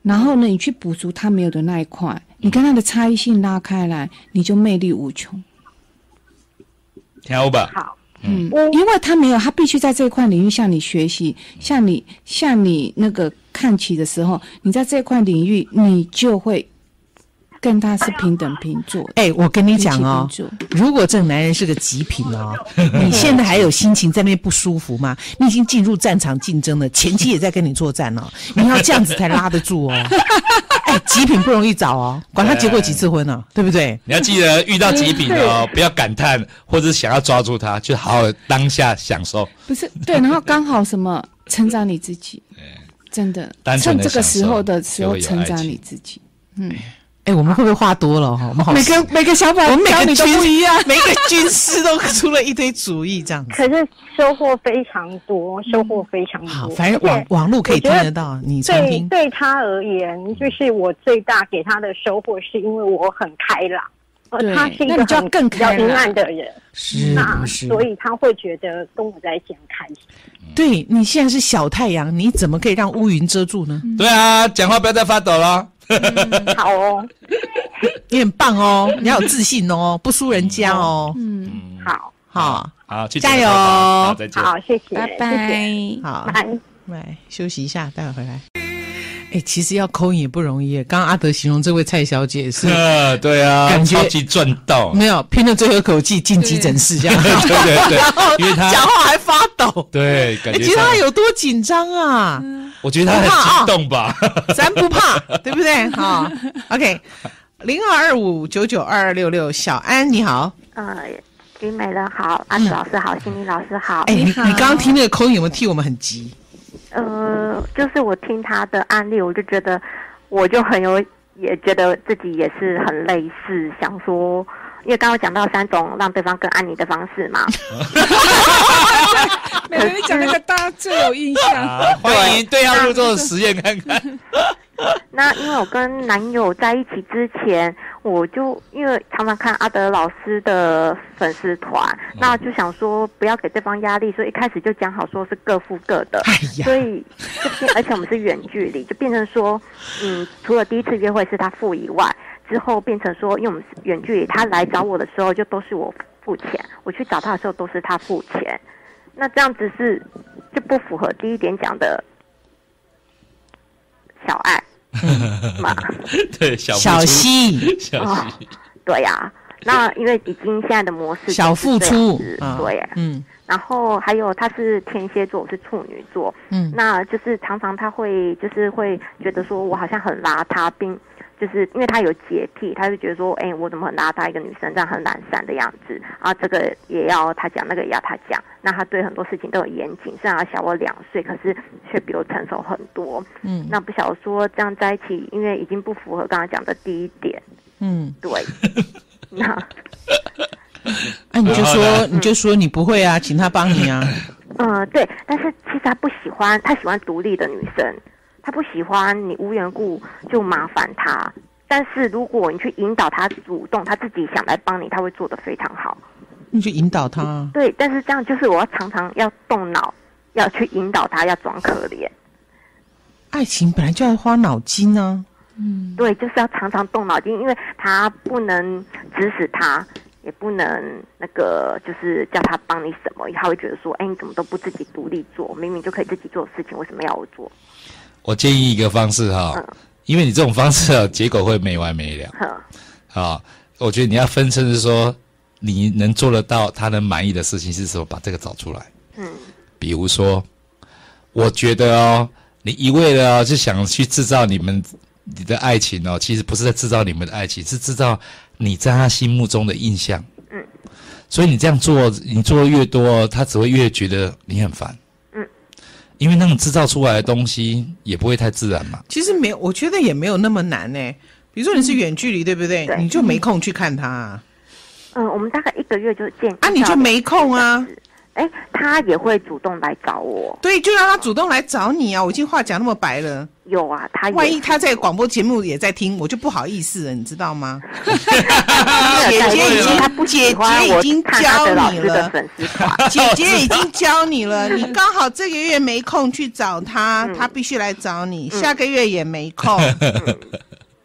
Speaker 1: 然后呢，你去补足他没有的那一块，你跟他的差异性拉开来，你就魅力无穷。
Speaker 3: 听好吧，
Speaker 4: 好，
Speaker 1: 嗯
Speaker 4: 嗯，
Speaker 1: 因为他没有，他必须在这一块领域向你学习，向你向你那个看齐的时候，你在这块领域，你就会跟他是平等平坐的。
Speaker 2: 哎、我跟你讲哦
Speaker 1: 平起平，
Speaker 2: 如果这个男人是个极品哦， [laughs] 你现在还有心情在那边不舒服吗？你已经进入战场竞争了，前妻也在跟你作战哦，你要这样子才拉得住哦。 [laughs] 哎、极品不容易找哦，管他结过几次婚呢、对不对？
Speaker 3: 你要记得遇到极品哦，不要感叹或者想要抓住他，就好好当下享受。
Speaker 1: 不是对，然后刚好什么成长你自
Speaker 3: [laughs]
Speaker 1: 己，真的
Speaker 3: 哎单纯
Speaker 1: 趁
Speaker 3: 地
Speaker 1: 这个时候的
Speaker 3: 享受
Speaker 1: 时候
Speaker 3: 就会有
Speaker 1: 成
Speaker 3: 爱
Speaker 1: 长
Speaker 3: 情
Speaker 1: 你自己。
Speaker 2: 哎、我们会不会话多了哦哈、我们好，
Speaker 1: 每个每个想法
Speaker 2: 我们每
Speaker 1: 教
Speaker 2: 个
Speaker 1: 你都
Speaker 2: 军
Speaker 1: 不一样。
Speaker 2: [laughs] 每个军师都出了一堆主意，这样子。
Speaker 4: 可是收获非常多，收获非常
Speaker 2: 好，
Speaker 4: 多。
Speaker 2: 反正
Speaker 4: 而
Speaker 2: 网
Speaker 4: 且
Speaker 2: 网络可以
Speaker 4: 我
Speaker 2: 听
Speaker 4: 觉得
Speaker 2: 得到，你重
Speaker 4: 对
Speaker 2: 听。
Speaker 4: 对他而
Speaker 1: 嗯
Speaker 4: 言，就是我最大给他的收获，是因为我很开朗，
Speaker 1: 对
Speaker 4: 而他是一
Speaker 1: 那
Speaker 4: 个
Speaker 1: 你就要
Speaker 4: 很
Speaker 1: 更
Speaker 4: 比较
Speaker 1: 开朗嗯
Speaker 4: 阴暗的人，
Speaker 2: 是
Speaker 4: 那
Speaker 2: 不是？
Speaker 4: 所以他会觉得跟我在一起很开心。
Speaker 1: [laughs]
Speaker 2: 对你现在是小太阳，你怎么可以让乌云遮住呢？
Speaker 3: 对啊，讲话不要再发抖了。
Speaker 4: 好哦，
Speaker 2: 你很棒哦，你要有自信哦，不输人家哦，
Speaker 1: 嗯
Speaker 4: 好
Speaker 2: 好
Speaker 3: 好，去
Speaker 2: 加
Speaker 3: 剪
Speaker 2: 油
Speaker 3: 头发好，再见。
Speaker 4: 好，谢谢，
Speaker 1: 拜
Speaker 4: 谢谢，
Speaker 1: 拜。
Speaker 2: 好，
Speaker 4: 拜。
Speaker 2: 来休息一下，待会回来。哎，其实要抠引也不容易耶。刚刚阿德形容这位蔡小姐是
Speaker 3: 呃，对 [laughs] 啊，
Speaker 2: 感觉
Speaker 3: 超级赚到，
Speaker 2: 没有拼了最后一口气进急诊室这样，
Speaker 3: 对 [laughs] 对
Speaker 2: [laughs]
Speaker 3: 对，因为他
Speaker 2: 讲话还发抖。
Speaker 3: 对感
Speaker 2: 哎，
Speaker 3: 觉
Speaker 2: 其实
Speaker 3: 上
Speaker 2: 他，有多啊紧张啊？
Speaker 3: 我觉得他很激动吧。
Speaker 2: [laughs] 咱不怕，对不对？哈，OK，零二二五九九二二六六，小安你好。
Speaker 5: 呃，李美人好，阿紫老师好，心理老师好。
Speaker 2: 哎，你你刚刚听那个抠引有没有替我们很急？
Speaker 5: 呃，就是我听他的案例，我就觉得，我就很有，也觉得自己也是很类似，想说，因为刚刚讲到三种让对方更爱你的方式嘛，
Speaker 1: 每个人讲那个大家最有印象。
Speaker 3: [laughs] 啊欢迎对号入座的实验看看。 [laughs]
Speaker 5: 那因为我跟男友在一起之前，我就因为常常看阿德老师的粉丝团，
Speaker 2: 嗯
Speaker 5: 那就想说不要给对方压力，所以一开始就讲好说是各付各的。
Speaker 2: [laughs] 哎呀
Speaker 5: 所以就变，而且我们是远距离，就变成说，嗯，除了第一次约会是他付以外，之后变成说，因为我们是远距离，他来找我的时候就都是我付钱，我去找他的时候都是他付钱。那这样子是就不符合第一点讲的小爱嘛？
Speaker 3: 对，小付
Speaker 2: 小
Speaker 3: 出，
Speaker 2: 西，
Speaker 3: 小
Speaker 5: 哦
Speaker 3: 西，，
Speaker 5: 对呀、那因为已经现在的模式
Speaker 2: 小付出
Speaker 5: 就是，这样
Speaker 2: 啊
Speaker 5: 子对、
Speaker 2: 嗯
Speaker 5: 然后还有他是天蝎座，我是处女座，
Speaker 2: 嗯，
Speaker 5: 那就是常常他会就是会觉得说我好像很邋遢，并就是因为他有洁癖，他就觉得说，哎、我怎么很邋遢一个女生，这样很懒散的样子啊？这个也要他讲，那个也要他讲。那他对很多事情都有严谨，虽然他小我两岁，可是却比我成熟很多。嗯，那不晓得说这样在一起，因为已经不符合刚刚讲的第一点，
Speaker 2: 嗯，
Speaker 5: 对。 [laughs] 那
Speaker 2: 哎、你就
Speaker 3: 然后
Speaker 2: 说
Speaker 3: 呢
Speaker 2: 你就说你不会啊，请他帮你
Speaker 3: [laughs]
Speaker 2: 啊，
Speaker 5: 嗯，对，但是其实他不喜欢，他喜欢独立的女生，他不喜欢你无缘故就麻烦他。但是如果你去引导他主动，他自己想来帮你，他会做得非常好。
Speaker 2: 你就引导他啊。
Speaker 5: 对，但是这样就是我要常常要动脑，要去引导他，要装可怜。
Speaker 2: 爱情本来就要花脑筋啊，
Speaker 1: 嗯
Speaker 5: 对，就是要常常动脑筋，因为他不能指使他，也不能那个就是叫他帮你什么，他会觉得说，哎，你怎么都不自己独立做，明明就可以自己做的事情，为什么要我做？
Speaker 3: 我建议一个方式哈、因为你这种方式啊，结果会没完没了
Speaker 5: 哼，
Speaker 3: 啊。我觉得你要分清是说，你能做得到他能满意的事情是什么，把这个找出来。
Speaker 5: 嗯，
Speaker 3: 比如说，我觉得哦，你一味的哦，就想去制造你们你的爱情哦，其实不是在制造你们的爱情，是制造你在他心目中的印象。嗯，所以你这样做，你做的越多哦，他只会越觉得你很烦。
Speaker 5: 嗯，
Speaker 3: 因为那种制造出来的东西也不会太自然嘛。
Speaker 2: 其实没有，我觉得也没有那么难呢、比如说你是远距离，对不对？
Speaker 5: 对
Speaker 2: 你就没空去看他啊，
Speaker 5: 嗯，我们大概一个月就见
Speaker 2: 啊你就没空啊。
Speaker 5: 哎，他也会主动来找我，
Speaker 2: 对，就让他主动来找你啊！我已经话讲那么白了，
Speaker 5: 有啊，他也
Speaker 2: 万一他在广播节目也在听，我就不好意思了，你知道
Speaker 5: [laughs]
Speaker 2: 吗？姐
Speaker 5: 对
Speaker 2: 姐已
Speaker 5: 因为他不
Speaker 2: 经姐
Speaker 5: 喜欢
Speaker 2: 姐已
Speaker 5: 我
Speaker 2: 经
Speaker 5: 看他的
Speaker 2: 教
Speaker 5: 老
Speaker 2: 你
Speaker 5: 师的
Speaker 2: 了，
Speaker 5: 粉丝团，
Speaker 2: 姐姐已经教你了，你刚好这个月没空去找他，他必须来找你，下个月也没空，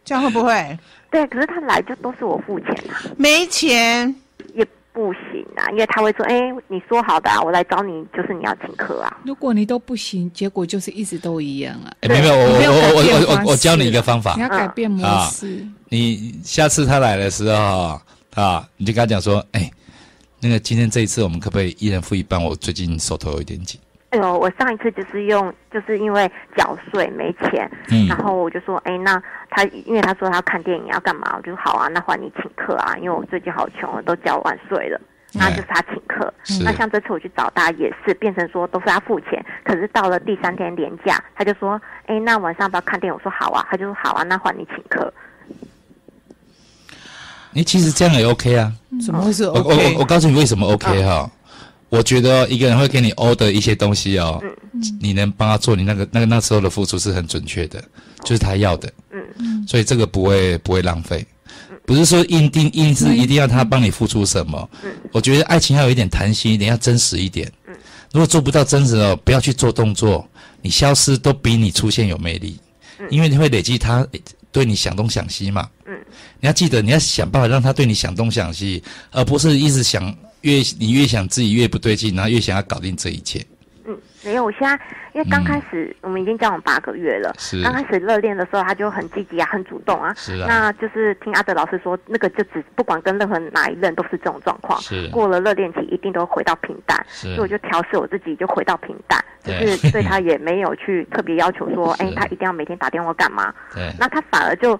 Speaker 2: 这样会不会
Speaker 5: 对，可是他来就都是我付钱啊，
Speaker 2: 没钱？
Speaker 5: 也不行啊，因为他会说，哎，你说好的啊，我来找你就是你要请客啊，
Speaker 1: 如果你都不行，结果就是一直都一样啊。
Speaker 3: 哎，没有，没有，我
Speaker 1: 你没有
Speaker 3: 我
Speaker 1: 改变
Speaker 3: 我我我
Speaker 1: 方式
Speaker 3: 我教你一个方法
Speaker 1: 你要，改变模
Speaker 3: 啊
Speaker 1: 式，
Speaker 3: 你下次他来的时候啊啊，你就跟他讲说，哎，那个今天这一次我们可不可以一人付一半？我最近手头有一点紧。
Speaker 5: 哎呦，我上一次就是用，就是因为缴税没钱，
Speaker 3: 嗯
Speaker 5: 然后我就说，哎，那他因为他说他要看电影要干嘛，我就好啊，那换你请客啊，因为我最近好穷，我都缴完税了。那就是他请客
Speaker 3: 嗯是，
Speaker 5: 那像这次我去找他也是变成说都是他付钱，可是到了第三天连假，他就说，哎，那晚上要不要看电影？我说好啊，他就说好啊，那换你请客。
Speaker 3: 你哎其实这样也 OK 啊。
Speaker 2: 怎么会是
Speaker 3: 我我
Speaker 2: OK？啊
Speaker 3: 我我告诉你为什么 OK 哈、我觉得一个人会给你 order 一些东西哦，你能帮他做，你那个那个那时候的付出是很准确的，就是他要的，嗯，所以这个不会不会浪费，不是说硬定硬
Speaker 2: 嗯
Speaker 3: 是一定要他帮你付出什么，我觉得爱情要有一点弹性一点，要真实一点，如果做不到真实哦，不要去做动作，你消失都比你出现有魅力，因为你会累积他对你想东想西嘛，你要记得，你要想办法让他对你想东想西，而不是一直想越你越想自己越不对劲，然后越想要搞定这一切。
Speaker 5: 嗯，没有，我现在因为刚开始、我们已经交往八个月了，
Speaker 3: 嗯是
Speaker 5: 刚开始热恋的时候他就很积极啊，很主动啊，
Speaker 3: 是啊
Speaker 5: 那就是听阿德老师说，那个就只不管跟任何哪一任都是这种状况，
Speaker 3: 是
Speaker 5: 过了热恋期一定都回到平淡，
Speaker 3: 是
Speaker 5: 所以我就调试我自己，就回到平淡，就
Speaker 3: 对
Speaker 5: 是对他也没有去特别要求
Speaker 3: [laughs]
Speaker 5: 说，
Speaker 3: 是
Speaker 5: 哎，他一定要每天打电话干嘛，
Speaker 3: 对，
Speaker 5: 那他反而就，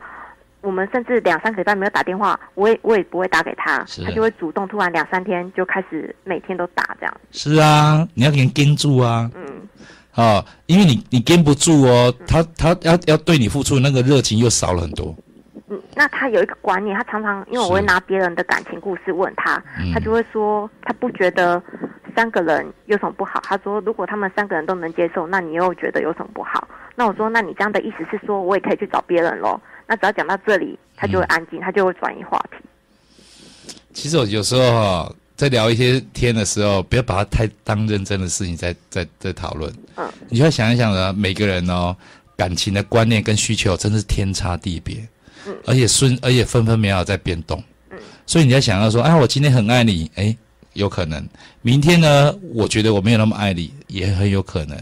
Speaker 5: 我们甚至两三个礼拜没有打电话，我也我也不会打给他
Speaker 3: 是，
Speaker 5: 他就会主动突然两三天就开始每天都打这样，
Speaker 3: 是啊，你要给人跟住啊。
Speaker 5: 嗯。
Speaker 3: 哦，因为你你跟不住哦，他他要要对你付出的那个热情又少了很多。
Speaker 5: 嗯，那他有一个观念，他常常因为我会
Speaker 3: 是
Speaker 5: 拿别人的感情故事问他，
Speaker 3: 嗯
Speaker 5: 他就会说他不觉得三个人有什么不好。他说如果他们三个人都能接受，那你又觉得有什么不好？那我说那你这样的意思是说我也可以去找别人喽？那只要讲到这里，他就会
Speaker 3: 嗯
Speaker 5: 安静，他就会转移话题。
Speaker 3: 其实我有时候哈、在聊一些天的时候，不要把它太当认真的事情在在在讨论。
Speaker 5: 嗯，
Speaker 3: 你就要想一想呢，每个人哦，感情的观念跟需求真是天差地别，嗯、而且瞬而且分分秒秒在变动。嗯，所以你要想要说，啊，我今天很爱你，哎，有可能；明天呢，我觉得我没有那么爱你，也很有可能。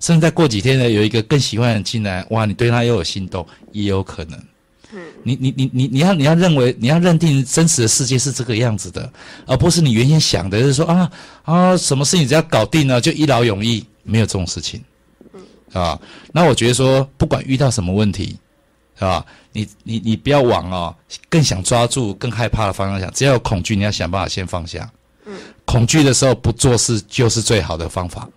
Speaker 3: 甚至再过几天呢，有一个更喜欢的人进来，哇，你对他又有心动，也有可能。你你你你你要你要认为你要认定真实的世界是这个样子的，而不是你原先想的，就是说啊啊，什么事情只要搞定了就一劳永逸，没有这种事情，啊。那我觉得说，不管遇到什么问题，是吧？你你你不要往哦更想抓住、更害怕的方向想，只要有恐惧，你要想办法先放下。恐惧的时候不做事就是最好的方法。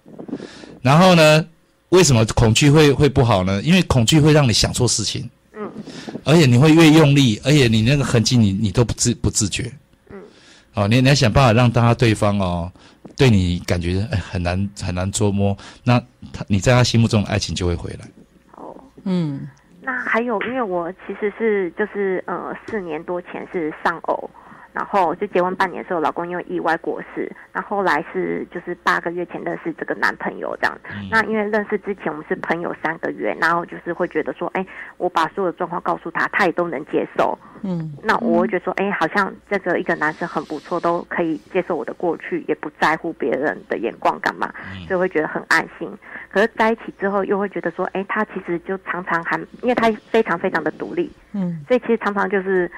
Speaker 3: 然后呢，为什么恐惧会会不好呢？因为恐惧会让你想错事情。而且你会越用力，而且你那个痕迹你你都不自不自觉。嗯，哦，你你要想办法让大家对方哦，对你感觉哎很难很难捉摸，那他你在他心目中的爱情就会回来。
Speaker 5: 哦，
Speaker 2: 嗯，
Speaker 5: 那还有，因为我其实是就是呃四年多前是丧偶，然后就结婚半年的时候，老公因为意外过世，那后来是就是八个月前认识这个男朋友这样。那因为认识之前我们是朋友三个月，然后就是会觉得说，哎，我把所有的状况告诉他，他也都能接受。
Speaker 2: 嗯，
Speaker 5: 那我会觉得说，哎，好像这个一个男生很不错，都可以接受我的过去，也不在乎别人的眼光干嘛，
Speaker 2: 嗯
Speaker 5: 所以会觉得很安心。可是在一起之后，又会觉得说，哎，他其实就常常还，因为他非常非常的独立，
Speaker 2: 嗯，
Speaker 5: 所以其实常常就是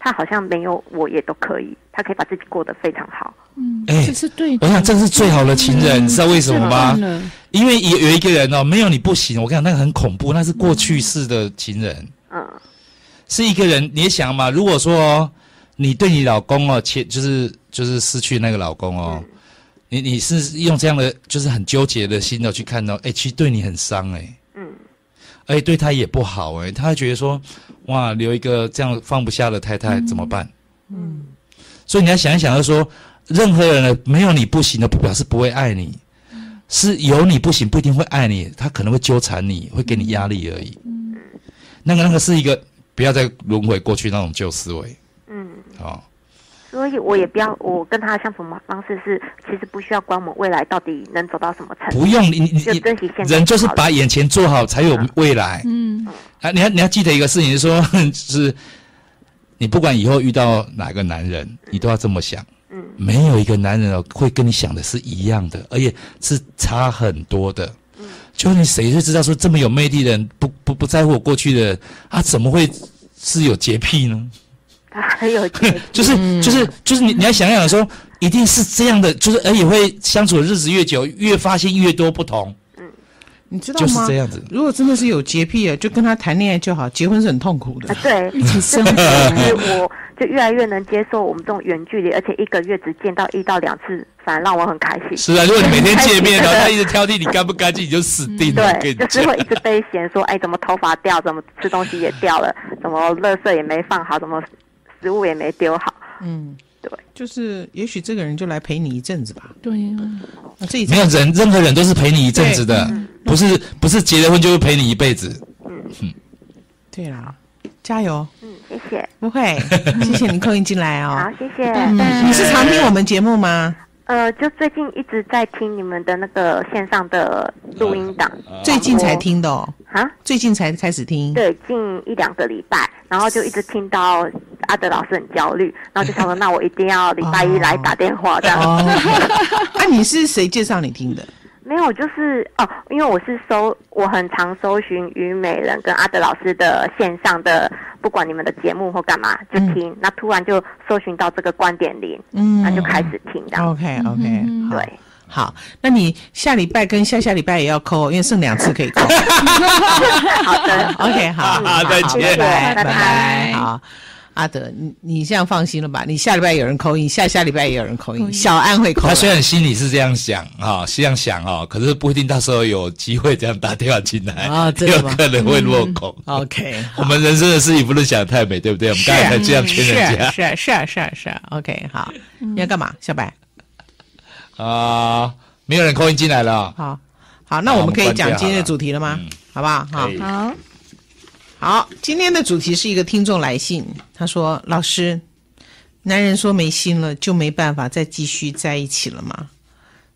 Speaker 5: 他好像没有我也都可以，他可以把自己过得非常好。
Speaker 3: 哎
Speaker 1: 这是对的，
Speaker 3: 我想这是最好的情人，你知道为什么
Speaker 1: 太
Speaker 3: 吗
Speaker 1: 棒？了
Speaker 3: 因为有有一个人哦，没有你不行。我跟你讲，那个很恐怖，那是过去式的情人，
Speaker 5: 嗯，
Speaker 3: 是一个人。你也想嘛，如果说、哦、你对你老公哦，切就是就是失去那个老公哦，
Speaker 5: 嗯
Speaker 3: 你你是用这样的就是很纠结的心哦去看到、哎，其实对你很伤哎、
Speaker 5: 嗯，
Speaker 3: 而且对他也不好哎、他会觉得说，哇，留一个这样放不下的太太怎么办？
Speaker 5: 嗯，
Speaker 3: 所以你要想一想，就说任何人呢，没有你不行的，不表示不会爱你，是有你不行，不一定会爱你，他可能会纠缠你，会给你压力而已。
Speaker 5: 嗯
Speaker 3: 那个那个是一个不要再轮回过去那种旧思维。
Speaker 5: 嗯，
Speaker 3: 哦，
Speaker 5: 所以我也不
Speaker 2: 嗯
Speaker 5: 要，我跟他的相处方式是，其实不需要管我们未来到底能走到什么程度。
Speaker 3: 不用你你
Speaker 5: 就
Speaker 3: 你
Speaker 5: 珍惜现在
Speaker 3: 人就是
Speaker 5: 好了
Speaker 3: 把眼前做好，才有未来。
Speaker 1: 嗯，
Speaker 3: 啊，你要你要记得一个事情，就是说 [laughs] 是，你不管以后遇到哪个男人，你都要这么想。
Speaker 5: 嗯
Speaker 3: 没有一个男人哦会跟你想的是一样的，而且是差很多的。
Speaker 5: 嗯
Speaker 3: 就你谁会知道说这么有魅力的人，不不不在乎我过去的人，他怎么会是有洁癖呢？
Speaker 5: 他
Speaker 2: [laughs]
Speaker 5: 很有洁癖
Speaker 3: 就是就是就是你你要想想说，一定是这样的，就是而且会相处的日子越久，越发现越多不同，
Speaker 2: 你知道
Speaker 3: 就是
Speaker 2: 吗？
Speaker 3: 这样子。
Speaker 2: 如果真的是有洁癖啊，就跟他谈恋爱就好，结婚是很痛苦的
Speaker 5: 啊，。 [laughs] 对，
Speaker 1: 一起生活。
Speaker 5: 所以我就越来越能接受我们这种远距离，而且一个月只见到一到两次，反而让我很开心。
Speaker 3: 是啊，如果你每天见面，然后他一直挑剔你干不干净，你就死定了。我跟
Speaker 5: 嗯对，
Speaker 3: 你
Speaker 5: 就是
Speaker 3: 讲
Speaker 5: 会一直被嫌说，哎，怎么头发掉，怎么吃东西也掉了，怎么垃圾也没放好，怎么食物也没丢好。
Speaker 2: 嗯，
Speaker 5: 对，
Speaker 2: 就是也许这个人就来陪你一阵子吧。
Speaker 1: 对呀，
Speaker 2: 那这一
Speaker 3: 没
Speaker 2: 阵
Speaker 3: 有人，任何人都是陪你一阵子的，不是不是结了婚就会陪你一辈子。
Speaker 2: 对啦，加油，
Speaker 5: 嗯，谢谢，
Speaker 2: 不会，谢谢你扣音进来
Speaker 5: 好
Speaker 2: 哦。，
Speaker 5: 谢谢。嗯
Speaker 2: 你是常听我们节目吗？
Speaker 5: 呃，就最近一直在听你们的那个线上的录音档
Speaker 2: 哦最近才听的哦，
Speaker 5: 啊，
Speaker 2: 最近才开始听。
Speaker 5: 对，近一两个礼拜，然后就一直听到阿德老师很焦虑，然后就
Speaker 2: [laughs]
Speaker 5: 想说，那我一定要礼拜一来打电话这样。
Speaker 2: 哦，那你是谁介绍你听的？
Speaker 5: 没有，就是哦，因为我是搜，我很常搜寻虞美人跟阿德老师的线上的，不管你们的节目或干嘛，就听。那突然就搜寻到这个观点零，
Speaker 2: 嗯哦
Speaker 5: 那就开始听这样。
Speaker 2: OK OK，好
Speaker 5: 嗯对，
Speaker 2: 好，那你下礼拜跟下下礼拜也要扣，因为剩两次可以扣。
Speaker 5: 好 [laughs] 的，
Speaker 2: OK，好，
Speaker 3: 好再见
Speaker 2: 拜拜，
Speaker 5: 拜拜
Speaker 2: 好。阿德，你你这样放心了吧？你下礼拜有人扣印，下下礼拜也有人扣印，小安会扣
Speaker 3: 他。虽然心里是这样想啊、是这样想哦，可是不一定到时候有机会这样打电话进来，
Speaker 2: 啊真的
Speaker 3: 有
Speaker 2: 吗
Speaker 3: 可能会落空。
Speaker 2: OK，
Speaker 3: 我们人生的事情不能想得太美，对不对？我们刚才才这样劝
Speaker 2: 是
Speaker 3: 人
Speaker 2: 啊
Speaker 3: 家
Speaker 2: 是啊是啊是啊是啊，OK，好，你要干嘛？小白，
Speaker 3: 啊、没有人扣音进来了啊。
Speaker 2: 好，好，那
Speaker 3: 好
Speaker 2: 我们可以
Speaker 3: 我们关
Speaker 2: 讲
Speaker 3: 掉好了
Speaker 2: 今天的主题了吗
Speaker 3: 嗯？
Speaker 2: 好不好？好
Speaker 3: 可以，
Speaker 1: 好，
Speaker 2: 好，今天的主题是一个听众来信，他说：“老师，男人说没心了，就没办法再继续在一起了吗？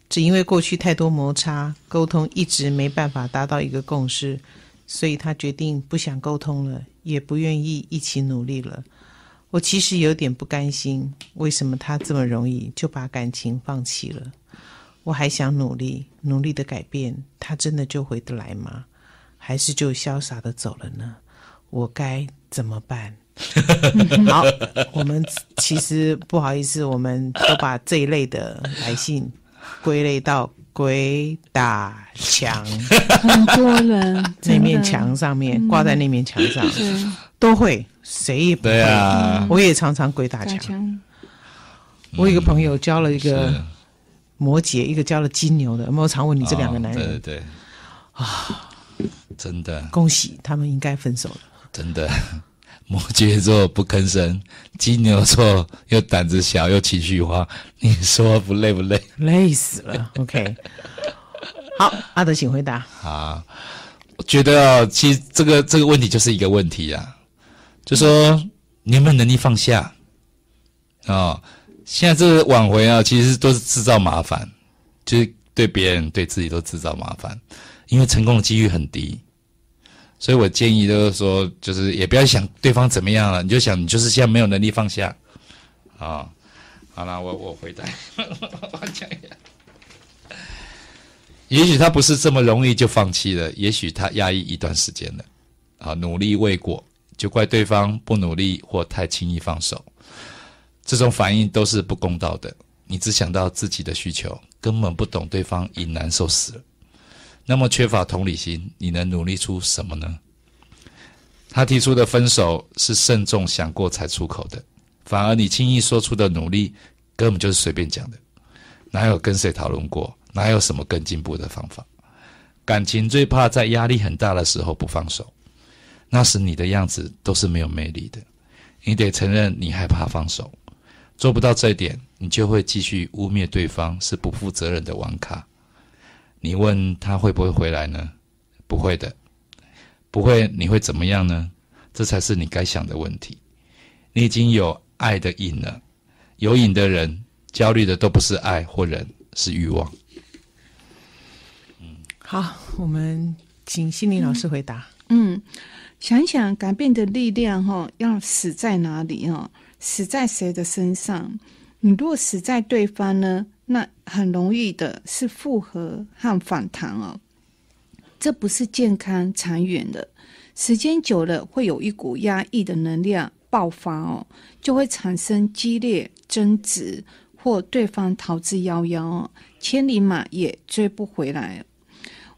Speaker 2: 只因为过去太多摩擦，沟通一直没办法达到一个共识，所以他决定不想沟通了，也不愿意一起努力了。我其实有点不甘心，为什么他这么容易就把感情放弃了？我还想努力，努力的改变，他真的就回得来吗？还是就潇洒的走了呢？”我该怎么办？ [laughs] 好，我们其实不好意思，我们都把这一类的来信归类到鬼打
Speaker 1: [laughs]
Speaker 2: 墙，
Speaker 1: 很多人
Speaker 2: 那
Speaker 1: 真
Speaker 2: 面
Speaker 1: 的嗯
Speaker 2: 墙上面挂在那面墙上，
Speaker 1: 对
Speaker 2: 都会，谁也不
Speaker 3: 对
Speaker 2: 会。
Speaker 3: 啊，
Speaker 2: 我也常常鬼打
Speaker 1: 打
Speaker 2: 墙。
Speaker 1: 墙，
Speaker 2: 我有一个朋友交了一
Speaker 3: 嗯是
Speaker 2: 个摩羯，一个交了金牛的，有没有常问你这两个男
Speaker 3: 哦对
Speaker 2: 人？
Speaker 3: 对对啊，真的
Speaker 2: 恭喜，他们应该分手了。
Speaker 3: 真的，摩羯座不吭声，金牛座又胆子小又情绪化，你说不累不累？
Speaker 2: 累死了。OK，好，阿德，请回答。
Speaker 3: 啊，我觉得哦，其实这个这个问题就是一个问题啊，就说你有没有能力放下啊、哦？现在这个挽回啊，其实都是制造麻烦，就是对别人对自己都制造麻烦，因为成功的几率很低。所以我建议就是说，就是也不要想对方怎么样了，你就想你就是现在没有能力放下啊、好啦，我我回答， [laughs] 我讲一下。也许他不是这么容易就放弃了，也许他压抑一段时间了，啊，努力未果，就怪对方不努力或太轻易放手。这种反应都是不公道的，你只想到自己的需求，根本不懂对方已难受死了。那么缺乏同理心，你能努力出什么呢？他提出的分手是慎重想过才出口的，反而你轻易说出的努力，根本就是随便讲的。哪有跟谁讨论过？哪有什么更进步的方法？感情最怕在压力很大的时候不放手，那时你的样子都是没有魅力的。你得承认你害怕放手，做不到这一点，你就会继续污蔑对方是不负责任的玩咖。你问他会不会回来呢？不会的，不会你会怎么样呢？这才是你该想的问题。你已经有爱的瘾了，有瘾的人焦虑的都不是爱或人，是欲望。
Speaker 2: 好，我们请心灵老师回答。
Speaker 1: 嗯，想一想改变的力量哈、要死在哪里哈、死在谁的身上？你如果死在对方呢，那很容易的是复合和反弹哦，这不是健康长远的。时间久了，会有一股压抑的能量爆发哦，就会产生激烈争执，或对方逃之夭夭哦，千里马也追不回来哦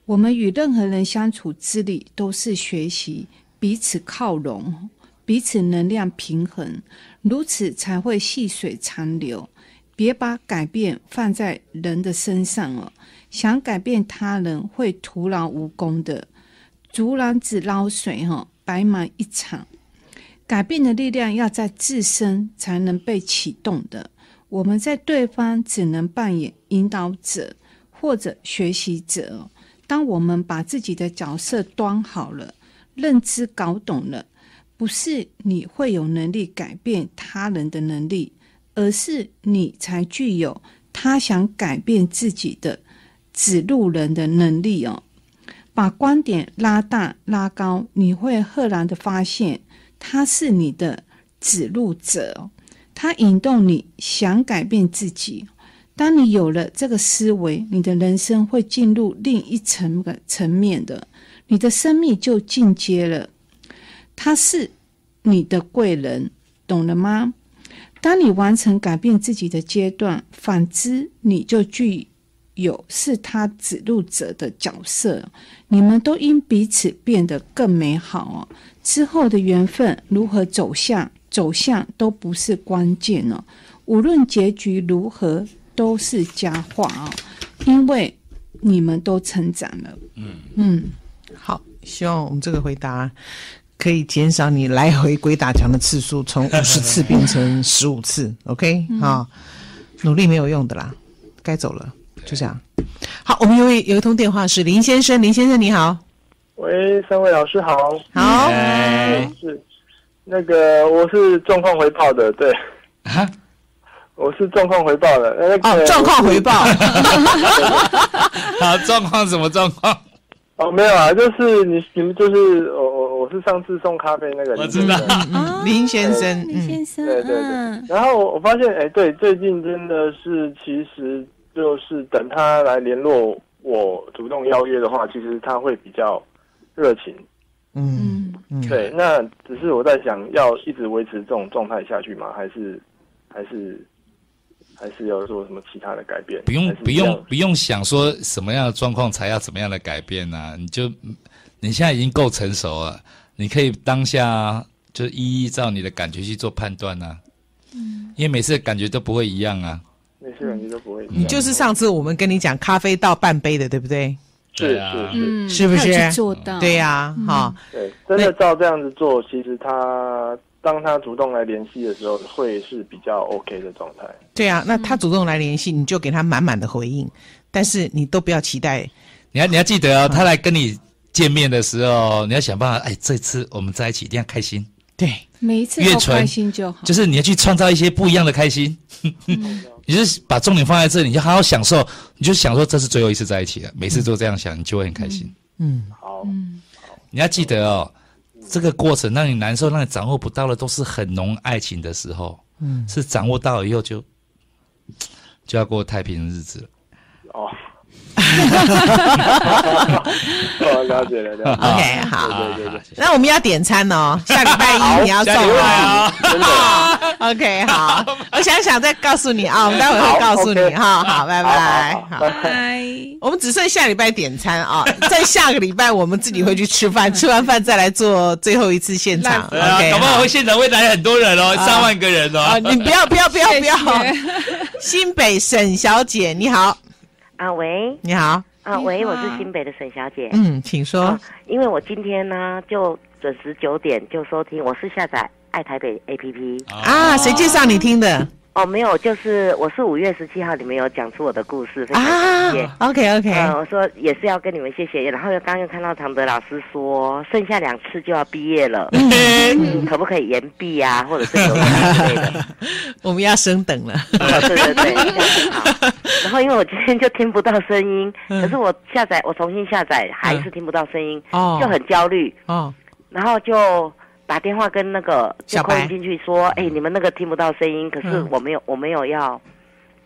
Speaker 1: 我们与任何人相处之理，都是学习彼此靠拢，彼此能量平衡，如此才会细水长流。别把改变放在人的身上哦，想改变他人会徒劳无功的，竹篮子捞水哈、哦，白忙一场。改变的力量要在自身才能被启动的，我们在对方只能扮演引导者或者学习者哦。当我们把自己的角色端好了，认知搞懂了，不是你会有能力改变他人的能力，而是你才具有他想改变自己的指路人的能力哦。把观点拉大拉高，你会赫然的发现，他是你的指路者哦，他引动你想改变自己。哦当你有了这个思维，你的人生会进入另一层的层面的，你的生命就进阶了。他是你的贵人，懂了吗？当你完成改变自己的阶段，反之你就具有是他指路者的角色。你们都因彼此变得更美好哦。之后的缘分如何走向，走向都不是关键哦。无论结局如何，都是佳话哦，因为你们都成长了。
Speaker 2: 好，希望我们这个回答可以减少你来回鬼打墙的次数， [laughs] 从五十次变成十五次。OK，啊、努力没有用的啦，该走了，就这样。好，我们有一有一通电话是林先生，林先生你好，
Speaker 6: 喂，三位老师好，
Speaker 2: 好，
Speaker 3: 哎
Speaker 6: 是那个我是状况回报的，对
Speaker 3: 啊，
Speaker 6: 我是状况回报的。呃那个
Speaker 2: 哦，状况回 [laughs] 报，
Speaker 3: 好，啊状况什么状况？
Speaker 6: 哦，没有啊，就是你你们就是我我我是上次送咖啡那个，
Speaker 3: 我知道
Speaker 6: 你们的
Speaker 2: 嗯林先生，
Speaker 1: 林
Speaker 2: 嗯，
Speaker 1: 先生，
Speaker 6: 对对对
Speaker 1: 嗯，。
Speaker 6: 然后我发现，哎，对，最近真的是，其实就是等他来联络我，主动邀约的话，其实他会比较热情。
Speaker 2: 嗯，
Speaker 1: 嗯，
Speaker 6: 对，那只是我在想要一直维持这种状态下去吗？还是还是还是要做什么其他的改变？
Speaker 3: 不用
Speaker 6: 还是
Speaker 3: 不
Speaker 6: 一样
Speaker 3: 用不用想说什么样的状况才要怎么样的改变呐、你就你现在已经够成熟了，你可以当下就依照你的感觉去做判断呐、嗯，因为每次的感觉都不会一样啊。
Speaker 6: 那些感觉都不会一样。
Speaker 2: 你就是上次我们跟你讲咖啡倒半杯的，对不对？
Speaker 6: 是
Speaker 3: 对啊
Speaker 6: 是是，
Speaker 1: 嗯，
Speaker 2: 是不是
Speaker 1: 要去做到？
Speaker 2: 对呀、哈、
Speaker 6: 对，真的照这样子做，其实他当他主动来联系的时候，会是比较 OK 的状态。
Speaker 2: 对呀、那他主动来联系，你就给他满满的回应，但是你都不要期待，
Speaker 3: 你要你要记得哦，他来跟你见面的时候，你要想办法，哎，这次我们在一起一定要开心，
Speaker 2: 对，
Speaker 1: 每一次
Speaker 3: 越
Speaker 1: 都
Speaker 3: 纯
Speaker 1: 开心就好。
Speaker 3: 就是你要去创造一些不一样的开心。 [laughs] 你就是把重点放在这里，你就好好享受，你就想说这是最后一次在一起了，每次都这样想，你就会很开心。
Speaker 2: 嗯，
Speaker 6: 好，
Speaker 3: 你要记得哦，这个过程让你难受、让你掌握不到的，都是很浓爱情的时候。嗯，是掌握到了以后就就要过太平日子了。
Speaker 2: [laughs]
Speaker 6: 哦。哦，了解了，了解。
Speaker 2: OK，好
Speaker 6: 对对对对，
Speaker 2: 那我们要点餐哦，下礼拜一你要送
Speaker 3: 下礼拜
Speaker 2: 哦
Speaker 3: 啊。
Speaker 6: 真的。
Speaker 2: [laughs] OK，好，我想想再告诉你啊，我们待会会告诉你哈。好，拜拜。好，我们只剩下礼拜点餐啊， [laughs] 在下个礼拜我们自己会去吃饭，吃完饭再来做最后一次现场。
Speaker 3: 对啊
Speaker 2: OK，
Speaker 3: 搞不好会现场会来很多人哦，上万个人
Speaker 2: 啊，
Speaker 3: [laughs] 哦。
Speaker 2: 你不要不要不要不要。新北沈小姐，你好，
Speaker 5: 啊
Speaker 2: [laughs]
Speaker 5: 喂
Speaker 2: 你好，
Speaker 5: 啊喂，我是新北的沈小姐。
Speaker 2: 嗯，请说
Speaker 5: 啊。，因为我今天呢就准时九点就收听，我是下载爱台北 APP。
Speaker 2: 啊，谁介绍你听的
Speaker 5: 哦，没有，就是我是五月十七号，你们有讲出我的故事，非常
Speaker 2: 啊
Speaker 5: 感谢。
Speaker 2: ？OK OK，
Speaker 5: 嗯，我说也是要跟你们谢谢，然后又刚刚又看到常德老师说，剩下两次就要毕业了，嗯，可不可以延毕啊，
Speaker 2: [laughs]
Speaker 5: 或者是留下之类的？
Speaker 2: 我们要升等了。
Speaker 5: 哦对对对，这样
Speaker 2: [laughs]
Speaker 5: 子好。然后因为我今天就听不到声音，
Speaker 2: 嗯
Speaker 5: 可是我下载，我重新下载还是听不到声音，
Speaker 2: 哦
Speaker 5: 就很焦虑，
Speaker 2: 哦，
Speaker 5: 然后就打电话跟那个就
Speaker 2: 小白
Speaker 5: call in 进去说，哎，你们那个听不到声音，可是
Speaker 2: 嗯
Speaker 5: 我没有，我没有要，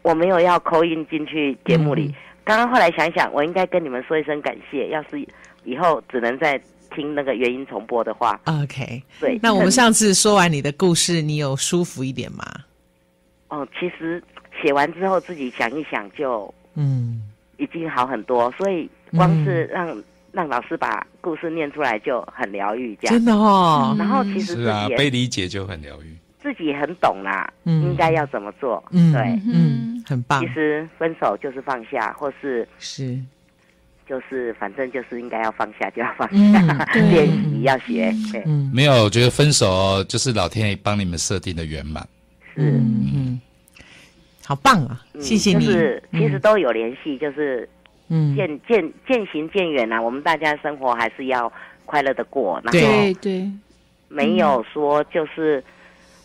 Speaker 5: 我没有要 call in 进去节目里。
Speaker 2: 嗯
Speaker 5: 刚刚后来想一想，我应该跟你们说一声感谢，要是以后只能再听那个原音重播的话，
Speaker 2: OK，
Speaker 5: 对。
Speaker 2: 那我们
Speaker 5: 趁
Speaker 2: 上次说完你的故事，你有舒服一点吗？
Speaker 5: 哦，其实写完之后自己想一想就
Speaker 2: 嗯，
Speaker 5: 已经好很多，所以光是让、让老师把故事念出来就很疗愈，这样
Speaker 2: 真。的哦，
Speaker 5: 然后其实
Speaker 3: 是
Speaker 5: 自
Speaker 3: 啊
Speaker 5: 己，也、
Speaker 3: 被理解就很疗愈。
Speaker 5: 自己也很懂啦，
Speaker 2: 嗯
Speaker 5: 应该要怎么做。
Speaker 2: 嗯，
Speaker 5: 对，
Speaker 2: 嗯，很棒
Speaker 5: 其，实分手就是放下，或是
Speaker 2: 是，
Speaker 5: 就是反正就是应该要放下就要放下， [laughs]
Speaker 2: 嗯
Speaker 1: 对
Speaker 5: 练习要学，对，
Speaker 2: 嗯
Speaker 3: 没有，我觉得分手哦就是老天爷帮你们设定的圆满。
Speaker 5: 是。
Speaker 2: 嗯嗯，好棒啊，
Speaker 5: 嗯
Speaker 2: 谢谢你
Speaker 5: 就，是其实都有联系，就是
Speaker 2: 嗯，
Speaker 5: 渐渐渐行渐远啊。我们大家生活还是要快乐的过，然后
Speaker 1: 对对，
Speaker 5: 没有说就是，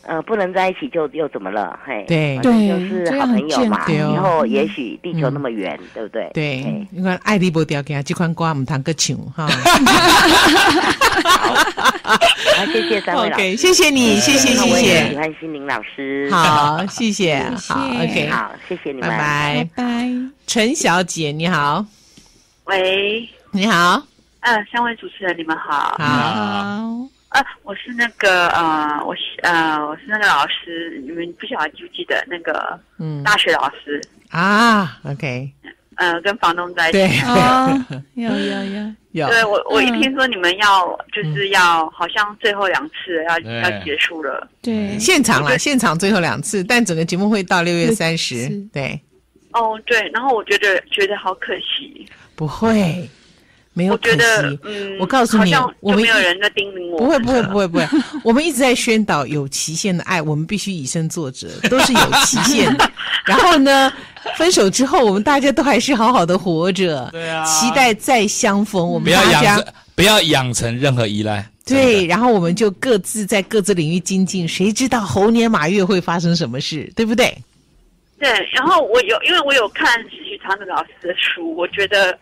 Speaker 5: 呃，不能在一起就又怎么了？嘿，
Speaker 2: 对
Speaker 5: 反正
Speaker 1: 对
Speaker 5: 就是
Speaker 1: 这
Speaker 5: 好
Speaker 1: 样
Speaker 5: 朋友
Speaker 1: 很
Speaker 5: 嘛。
Speaker 1: 健
Speaker 2: 康
Speaker 5: 以后也许地球那么远，对不对？
Speaker 2: 对
Speaker 5: 嘿，
Speaker 2: 你看爱丽不掉给他这款瓜，我们谈个球哈。
Speaker 5: 好，谢谢三位老
Speaker 2: OK，
Speaker 5: 师，嗯
Speaker 2: 谢谢你，谢谢
Speaker 5: 那
Speaker 2: 谢
Speaker 5: 我也喜
Speaker 2: 谢，
Speaker 5: 欢心灵老师。，
Speaker 2: 好，谢谢，好，OK，
Speaker 5: 好，谢谢你
Speaker 2: 拜
Speaker 5: 们，。
Speaker 1: 拜
Speaker 2: 拜。
Speaker 1: 拜。
Speaker 2: 陈小姐，你好，
Speaker 7: 喂，
Speaker 2: 你好，
Speaker 7: 呃，三位主持人，你们好。
Speaker 5: 嗯
Speaker 2: 好，
Speaker 1: 好，
Speaker 7: 呃，我是那个呃，我是呃，我是那个老师，你们不晓得记不记得那个
Speaker 2: 嗯
Speaker 7: 大学老师？
Speaker 2: 啊，OK，
Speaker 7: 呃，跟房东在一起。
Speaker 2: 对，
Speaker 3: [laughs]
Speaker 2: 啊
Speaker 1: 哦，有有有，
Speaker 2: 有
Speaker 7: 对我，我一
Speaker 1: 嗯
Speaker 7: 听说你们要就是要，好像最后两次要
Speaker 3: 对
Speaker 7: 要结束了。
Speaker 1: 对，
Speaker 2: 现场啦，现场最后两次，但整个节目会到六月三十
Speaker 1: 是。
Speaker 2: 对，
Speaker 7: 哦，对，然后我觉得觉得好可惜，
Speaker 2: 不会，没有
Speaker 7: 我
Speaker 2: 可
Speaker 7: 觉得
Speaker 2: 惜。
Speaker 7: 嗯，
Speaker 2: 我告诉
Speaker 7: 好
Speaker 2: 你
Speaker 7: 像
Speaker 2: 我
Speaker 7: 就
Speaker 2: 们
Speaker 7: 没有
Speaker 2: 一
Speaker 7: 人在叮咛我，
Speaker 2: 不会，不会，不
Speaker 3: [laughs]
Speaker 2: 会，不会。我们一直在宣导有期限的爱，我们必须以身作则，都是有期限
Speaker 3: [laughs]
Speaker 2: 的。然后呢，分手之后，我们大家都还是好好的活着，
Speaker 3: 对啊
Speaker 2: 期待再相逢。我
Speaker 3: 不
Speaker 2: 们
Speaker 3: 要
Speaker 2: 大
Speaker 3: 养
Speaker 2: 家
Speaker 3: 成，不要养成任何依赖。
Speaker 2: 对，
Speaker 3: 真的，
Speaker 2: 然后我们就各自在各自领域精进，谁知道猴年马月会发生什么事，对不对？
Speaker 7: 对，然后我有，因为我有看许长的老师的书，我觉得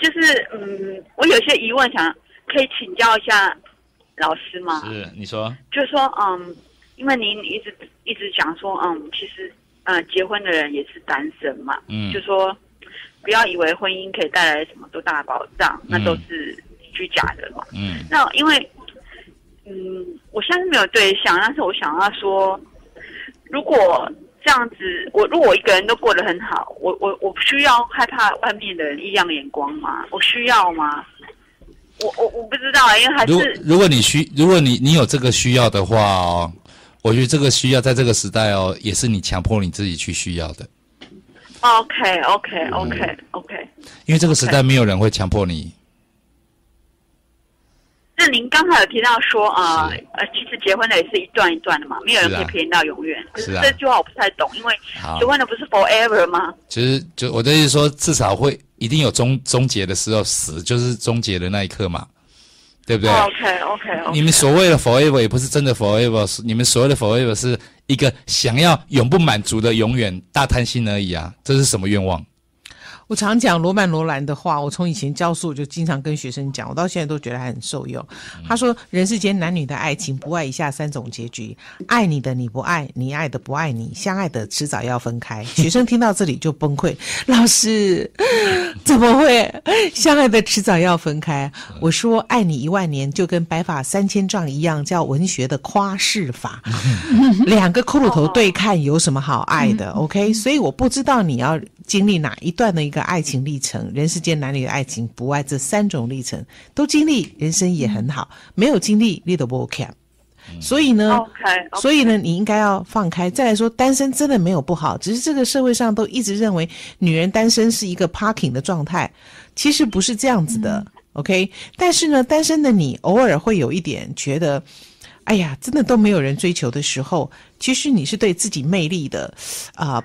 Speaker 7: 就是嗯，我有些疑问想可以请教一下老师吗？
Speaker 3: 是你说，
Speaker 7: 就是说嗯，因为您一直一直讲说嗯，其实呃，结婚的人也是单身嘛，
Speaker 3: 嗯
Speaker 7: 就说不要以为婚姻可以带来什么多大的保障，那都
Speaker 3: 嗯
Speaker 7: 是虚假的嘛。
Speaker 3: 嗯
Speaker 7: 那因为，嗯，我现在是没有对象，但是我想要说，如果这样子，我如果我一个人都过得很好，我我我需要害怕外面的人异样眼光吗？我需要吗？我我我不知道，因为还
Speaker 3: 如
Speaker 7: 是
Speaker 3: 如果你需，如果你你有这个需要的话哦，我觉得这个需要在这个时代哦，也是你强迫你自己去需要的，
Speaker 7: OK OK OK OK。
Speaker 3: 因为这个时代没有人会强迫你。
Speaker 7: 那您刚才有提到说啊
Speaker 3: 是
Speaker 7: 呃，其实结婚的也是一段一段的嘛，没有人
Speaker 3: 是啊
Speaker 7: 可以陪你到永远。可
Speaker 3: 是
Speaker 7: 是
Speaker 3: 啊
Speaker 7: 这句话我不太懂，因为
Speaker 3: 好
Speaker 7: 结，婚的不是 forever 吗？
Speaker 3: 其实就我的意思说，至少会一定有终终结的时候，死就是终结的那一刻嘛，对不对？
Speaker 7: OK OK
Speaker 3: [laughs] 你
Speaker 7: OK
Speaker 3: 们所谓的 forever 也不是真的 forever，是你们所谓的 forever 是一个想要永不满足的永远大贪心而已啊！这是什么愿望？
Speaker 2: 我常讲罗曼·罗兰的话，我从以前教书我就经常跟学生讲，我到现在都觉得还很受用。他说：“人世间男女的爱情，不外以下三种结局：爱你的你不爱，你爱的不爱你，相爱的迟早要分开。”学生听到这里就崩溃：“老师，怎么会相爱的迟早要分开？”我说：“爱你一万年，就跟白发三千丈一样，叫文学的夸饰法。” [laughs] 两个骷髅头对看有什么好爱的、o k 所以我不知道你要经历哪一段的一个爱情历程，人世间男女的爱情不爱这三种历程都经历，人生也很好；没有经历，你都不 OK。所以呢
Speaker 7: OK，
Speaker 2: 所以呢，你应该要放开。再来说，单身真的没有不好，只是这个社会上都一直认为女人单身是一个 parking 的状态，其实不是这样子的。OK，但是呢，单身的你偶尔会有一点觉得，哎呀，真的都没有人追求的时候，其实你是对自己魅力的，啊、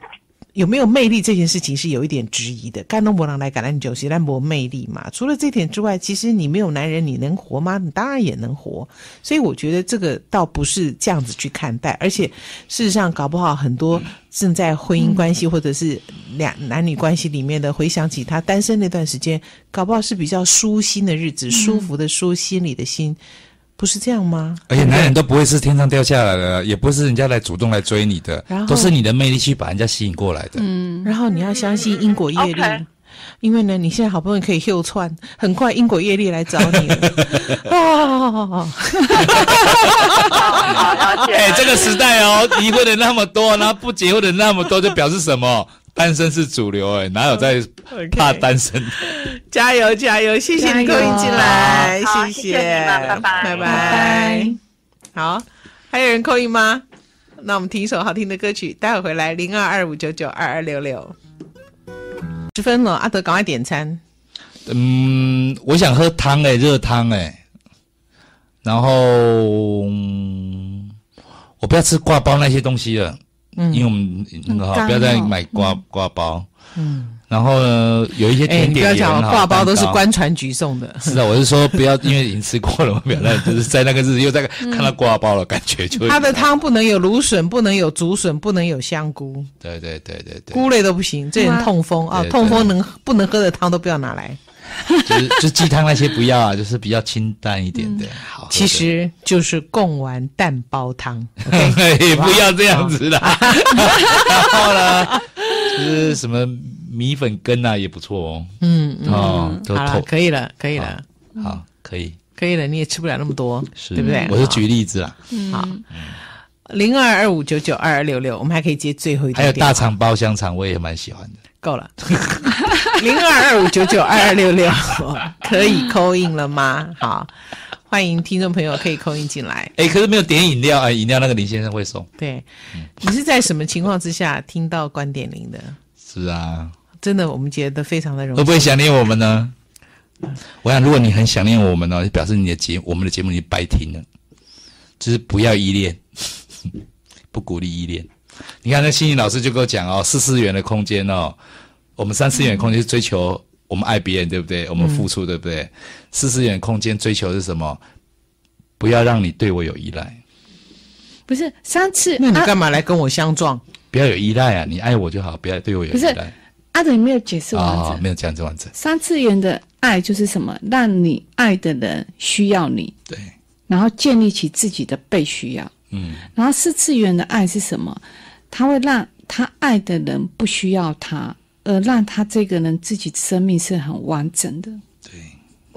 Speaker 2: 有没有魅力这件事情是有一点质疑的。干东博朗来橄榄酒，谁来博魅力嘛？除了这点之外，其实你没有男人，你能活吗？你当然也能活。所以我觉得这个倒不是这样子去看待，而且事实上，搞不好很多正在婚姻关系或者是两男女关系里面的，回想起他单身那段时间，搞不好是比较舒心的日子，舒服的舒，心里的心，不是这样吗？
Speaker 3: 而且男人都不会是天上掉下来的，也不是人家来主动来追你的
Speaker 2: 然后，
Speaker 3: 都是你的魅力去把人家吸引过来的。嗯，
Speaker 2: 然后你要相信因果业力。
Speaker 7: OK
Speaker 2: 因为呢，你现在好不容易可以秀串，很快因果业力来找你
Speaker 7: [laughs]
Speaker 2: 了。哦，
Speaker 7: 好了解。
Speaker 3: 哎、这个时
Speaker 2: [laughs]
Speaker 3: 代哦，离婚的那么多，然后不结婚的那么多，就表示什么？单身是主流、哎，哪有在怕单身的？
Speaker 2: 加油加油！谢谢你
Speaker 1: 加
Speaker 2: 扣
Speaker 1: 油
Speaker 2: 音进来，
Speaker 7: 好
Speaker 2: 谢
Speaker 7: 谢谢你们拜拜
Speaker 2: 拜
Speaker 7: 拜
Speaker 2: 拜。好，还有人扣音吗？那我们听一首好听的歌曲，待会回来零二二五九九二二六六。十分了，阿德赶快点餐。
Speaker 3: 嗯，我想喝汤哎、热汤哎，然后、嗯我不要吃挂包那些东西了，
Speaker 2: 嗯
Speaker 3: 因为我们那个哈
Speaker 1: 很干
Speaker 3: 不要再
Speaker 1: 哦
Speaker 3: 买挂挂包，嗯，然后呢有一些
Speaker 2: 哎，
Speaker 3: 甜
Speaker 2: 你不
Speaker 3: 点
Speaker 2: 要
Speaker 3: 也
Speaker 2: 讲
Speaker 3: 很好，
Speaker 2: 挂包都是
Speaker 3: 蛋糕
Speaker 2: 官船局送的。
Speaker 3: 是啊，我是说不要，因为已经吃过了，我表
Speaker 2: [laughs]
Speaker 3: 达就是在那个日子又在看到挂包了，感觉就
Speaker 2: 它的汤不能有芦笋，不能有竹笋，不能有香菇，
Speaker 3: 对对对对对，
Speaker 2: 菇类都不行，这人痛风啊，
Speaker 3: 对对
Speaker 2: 痛风能不能喝的汤都不要拿来。
Speaker 3: 就是就鸡汤那些不要啊，就是比较清淡一点
Speaker 2: 嗯
Speaker 3: 的，好喝的。
Speaker 2: 其实就是贡丸蛋包
Speaker 3: [laughs]
Speaker 2: 汤。
Speaker 3: 也不要这样子啦。然后呢，就是什么米粉羹啊，也不错哦。
Speaker 2: 嗯，
Speaker 3: 哦，都
Speaker 2: 好了，
Speaker 3: 透
Speaker 2: 可以了，可以了，
Speaker 3: 好，可以，
Speaker 2: 可以了，你也吃不了那么多，
Speaker 3: 是，
Speaker 2: 对不对？
Speaker 3: 我是举例子啦，
Speaker 2: 零二二五九九二二六六，我们还可以接最后一通
Speaker 3: 还有
Speaker 2: 电
Speaker 3: 大
Speaker 2: 话
Speaker 3: 肠包香肠，我也蛮喜欢的。
Speaker 2: 够了， [laughs] 零二二五九九二二六六， [laughs] 可以扣印了吗？好，欢迎听众朋友可以扣印进来。
Speaker 3: 哎，可是没有点饮料，哎，饮料那个林先生会送。
Speaker 2: 对，
Speaker 3: 嗯
Speaker 2: 你是在什么情况之下听到观点零的？
Speaker 3: 是啊，
Speaker 2: 真的，我们觉得非常的容易。
Speaker 3: 会呃不会想念我们呢？我想，如果你很想念我们呢，就表示你的节我们的节目你白听了，就是不要依恋， [laughs] 不鼓励依恋。你看那心理老师就跟我讲哦，四次元的空间哦，我们三次元的空间是追求我们爱别人，对不对？我们付出，对不对？四次元的空间追求是什么？不要让你对我有依赖，
Speaker 1: 不是上次
Speaker 2: 那你
Speaker 1: 阿
Speaker 2: 干嘛来跟我相撞？
Speaker 3: 不要有依赖啊！你爱我就好，不要对我有依
Speaker 1: 不
Speaker 3: 赖
Speaker 1: 阿德你没有解释完整。
Speaker 3: 啊、没有这样子完整，
Speaker 1: 三次元的爱就是什么？让你爱的人需要你，
Speaker 3: 对，
Speaker 1: 然后建立起自己的被需要。
Speaker 3: 嗯，
Speaker 1: 然后四次元的爱是什么？他会让他爱的人不需要他，而让他这个人自己生命是很完整的。
Speaker 3: 对。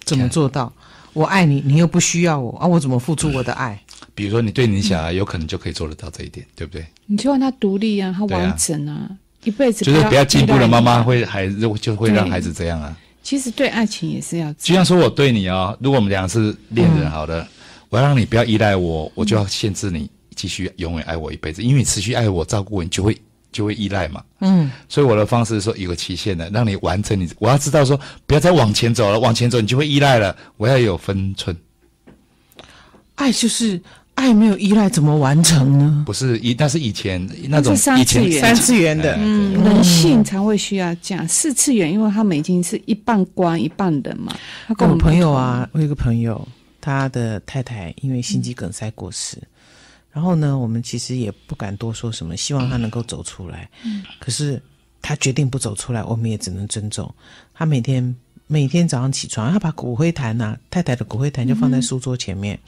Speaker 2: 怎么做到？我爱你，你又不需要我啊！我怎么付出我的爱？
Speaker 3: 比如说你对你小孩，有可能就可以做得到这一点，
Speaker 1: 嗯
Speaker 3: 对不对？
Speaker 1: 你就让他独立啊，他
Speaker 3: 对啊
Speaker 1: 完整啊，一辈子
Speaker 3: 就是
Speaker 1: 要
Speaker 3: 比较进步
Speaker 1: 依赖
Speaker 3: 的
Speaker 1: 你
Speaker 3: 妈妈。会孩子就会让
Speaker 1: 对
Speaker 3: 孩子这样啊。
Speaker 1: 其实对爱情也是要这
Speaker 3: 就
Speaker 1: 样，
Speaker 3: 像说我对你哦，如果我们俩是恋人，好
Speaker 1: 嗯
Speaker 3: 的，我要让你不要依赖我，我就要限制你继续永远爱我一辈子，因为你持续爱我、照顾我，你就会就会依赖嘛。
Speaker 2: 嗯，
Speaker 3: 所以我的方式是说有个期限的，让你完成你，我要知道说不要再往前走了，往前走你就会依赖了，我要有分寸，
Speaker 2: 爱就是爱，没有依赖怎么完成呢？
Speaker 3: 不是以那是以前那种
Speaker 1: 是三
Speaker 3: 以
Speaker 1: 次
Speaker 3: 前
Speaker 1: 元
Speaker 2: 三次元的，
Speaker 3: 嗯，
Speaker 1: 人性才会需要这样。四次元，因为他们已经是一半光一半人嘛，他跟
Speaker 2: 跟
Speaker 1: 我
Speaker 2: 我
Speaker 1: 们
Speaker 2: 朋友啊，我有一个朋友，他的太太因为心肌梗塞过世，然后呢，我们其实也不敢多说什么，希望他能够走出来。可是他决定不走出来，我们也只能尊重。他每天每天早上起床，他把骨灰坛呐、啊太太的骨灰坛就放在书桌前面。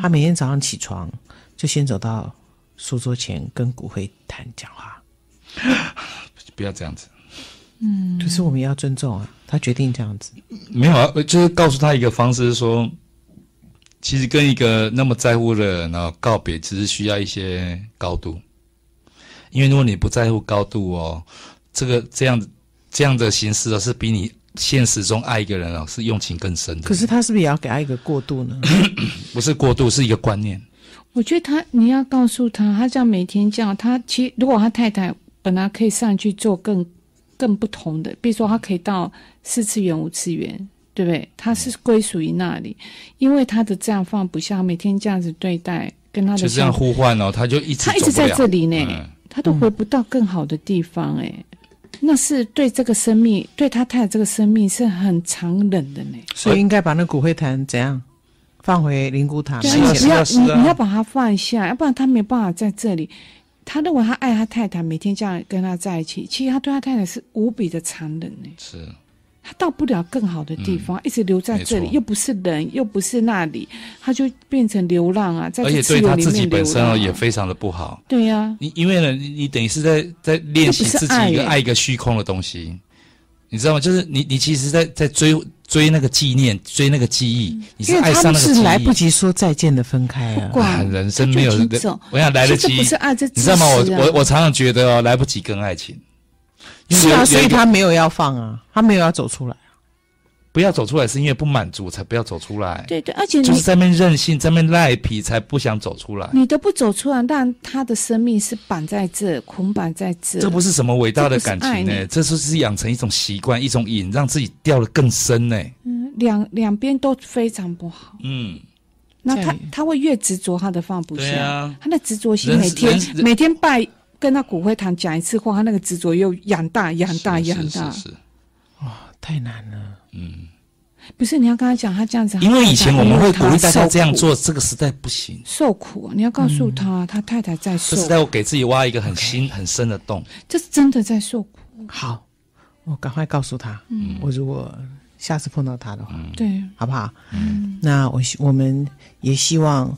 Speaker 2: 他每天早上起床就先走到书桌前跟骨灰坛讲话。
Speaker 3: 不要这样子，
Speaker 2: 可是我们也要尊重啊，他决定这样子。
Speaker 3: 没有啊，就是告诉他一个方式是说，其实跟一个那么在乎的人哦告别，只是需要一些高度，因为如果你不在乎高度哦，这个这样这样的形式哦，是比你现实中爱一个人哦是用情更深的，
Speaker 2: 可是他是不是也要给他一个过渡呢？
Speaker 3: 不是过度，是一个观念。
Speaker 1: 我觉得他，你要告诉他，他这样每天这样，他其实如果他太太本来可以上去做更更不同的，比如说他可以到四次元、五次元，对不对？他是归属于那里，因为他的这样放不下，每天这样子对待，跟他的
Speaker 3: 就这样
Speaker 1: 相处
Speaker 3: 呼唤哦，他就一直
Speaker 1: 他一直
Speaker 3: 走不
Speaker 1: 在
Speaker 3: 了
Speaker 1: 这里呢，
Speaker 3: 嗯
Speaker 1: 他都回不到更好的地方哎、那是对这个生命，对他太太这个生命是很残忍的呢。
Speaker 2: 所以应该把那骨灰坛怎样放回灵骨塔
Speaker 1: 对
Speaker 2: 嘛
Speaker 1: 啊，你
Speaker 3: 是啊
Speaker 1: 不要
Speaker 3: 是啊是啊
Speaker 1: 你你要把它放下，要不然他没办法在这里。他认为他爱他太太，每天这样跟他在一起，其实他对他太太是无比的残忍呢。
Speaker 3: 是
Speaker 1: 他到不了更好的地方，一直留在这
Speaker 3: 嗯没
Speaker 1: 里，
Speaker 3: 错
Speaker 1: 又不是人，又不是那里，他就变成流浪啊，在
Speaker 3: 而
Speaker 1: 这
Speaker 3: 且
Speaker 1: 自
Speaker 3: 对
Speaker 1: 由
Speaker 3: 他
Speaker 1: 里
Speaker 3: 自己
Speaker 1: 面流
Speaker 3: 本身
Speaker 1: 浪、
Speaker 3: 哦
Speaker 1: 啊。
Speaker 3: 也非常的不好。
Speaker 1: 对呀、啊，
Speaker 3: 你因为呢，你你等于是在在练习
Speaker 1: 这不是
Speaker 3: 自己
Speaker 1: 爱
Speaker 3: 一个
Speaker 1: 耶
Speaker 3: 爱一个虚空的东西，你知道吗？就是你你其实在在追追那个纪念，追那个记
Speaker 1: 嗯
Speaker 3: 忆，你是
Speaker 2: 因为
Speaker 3: 爱
Speaker 2: 他
Speaker 3: 上
Speaker 2: 们
Speaker 3: 那个
Speaker 2: 是
Speaker 3: 记
Speaker 2: 来不
Speaker 3: 忆。
Speaker 2: 及说再见的分开 [laughs] 啊。
Speaker 3: 哇，
Speaker 1: 管
Speaker 3: 人生没有
Speaker 1: 他就已经走，
Speaker 3: 我想来得
Speaker 1: 其实
Speaker 3: 及，
Speaker 1: 这不是爱这
Speaker 3: 你知道吗？我
Speaker 1: 自私啊
Speaker 3: 我我常常觉得哦，来不及跟爱情，因为
Speaker 2: 是
Speaker 3: 有
Speaker 2: 啊，
Speaker 3: 有
Speaker 2: 所以
Speaker 3: 一个
Speaker 2: 他没有要放啊，他没有要走出来。
Speaker 3: 不要走出来，是因为不满足才不要走出来，
Speaker 1: 对对，而且你
Speaker 3: 就是在那边任性，在那边赖皮，才不想走出来。
Speaker 1: 你都不走出来，让他的生命是绑在这，捆绑在这。
Speaker 3: 这不是什么伟大的感情
Speaker 1: 这不是
Speaker 3: 呢、
Speaker 1: 爱你
Speaker 3: 这就是养成一种习惯，一种瘾，让自己掉得更深呢、
Speaker 1: 嗯两两边都非常不好。
Speaker 3: 嗯，
Speaker 1: 那
Speaker 2: 在
Speaker 1: 他他会越执着，他的放不
Speaker 3: 对
Speaker 1: 下，
Speaker 3: 啊
Speaker 1: 他的执着心
Speaker 3: 人
Speaker 1: 每天
Speaker 3: 人
Speaker 1: 每天拜跟他骨灰坛讲一次话，他那个执着又养大养大
Speaker 3: 是
Speaker 1: 养
Speaker 3: 是
Speaker 1: 大
Speaker 3: 是。是，
Speaker 2: 太难了，
Speaker 1: 不是你要跟他讲，他这样子，
Speaker 3: 因为以前我们会鼓励
Speaker 1: 他太
Speaker 3: 大家
Speaker 1: 太
Speaker 3: 这样
Speaker 1: 受苦，
Speaker 3: 做，嗯这个时代不行。
Speaker 1: 受苦。你要告诉他，他太太在
Speaker 3: 这
Speaker 1: 受
Speaker 3: 时，代我给自己挖一个很深很深的洞，
Speaker 1: 这是真的在受苦。
Speaker 2: 好，嗯我赶快告诉他，我如果下次碰到他的话，
Speaker 1: 对，
Speaker 2: 好不好？嗯，那我希我们也希望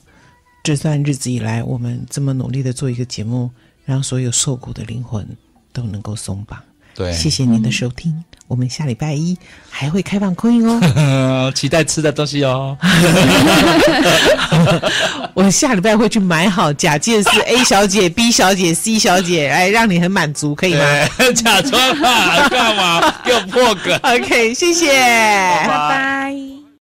Speaker 2: 这段日子以来，我们这么努力的做一个节目，让所有受苦的灵魂都能够松绑。
Speaker 3: 对，
Speaker 2: 谢谢您的收听，我们下礼拜一还会开放空音哦。
Speaker 3: 嗯， [laughs] 期待吃的东西哦。
Speaker 2: 我下礼拜会去买好假借是 A 小姐、B 小姐、C 小姐，来让你很满足，可以吗
Speaker 3: 对， [laughs] 假装啊，干嘛？给我破梗。
Speaker 2: ？OK，谢谢，
Speaker 1: 拜拜。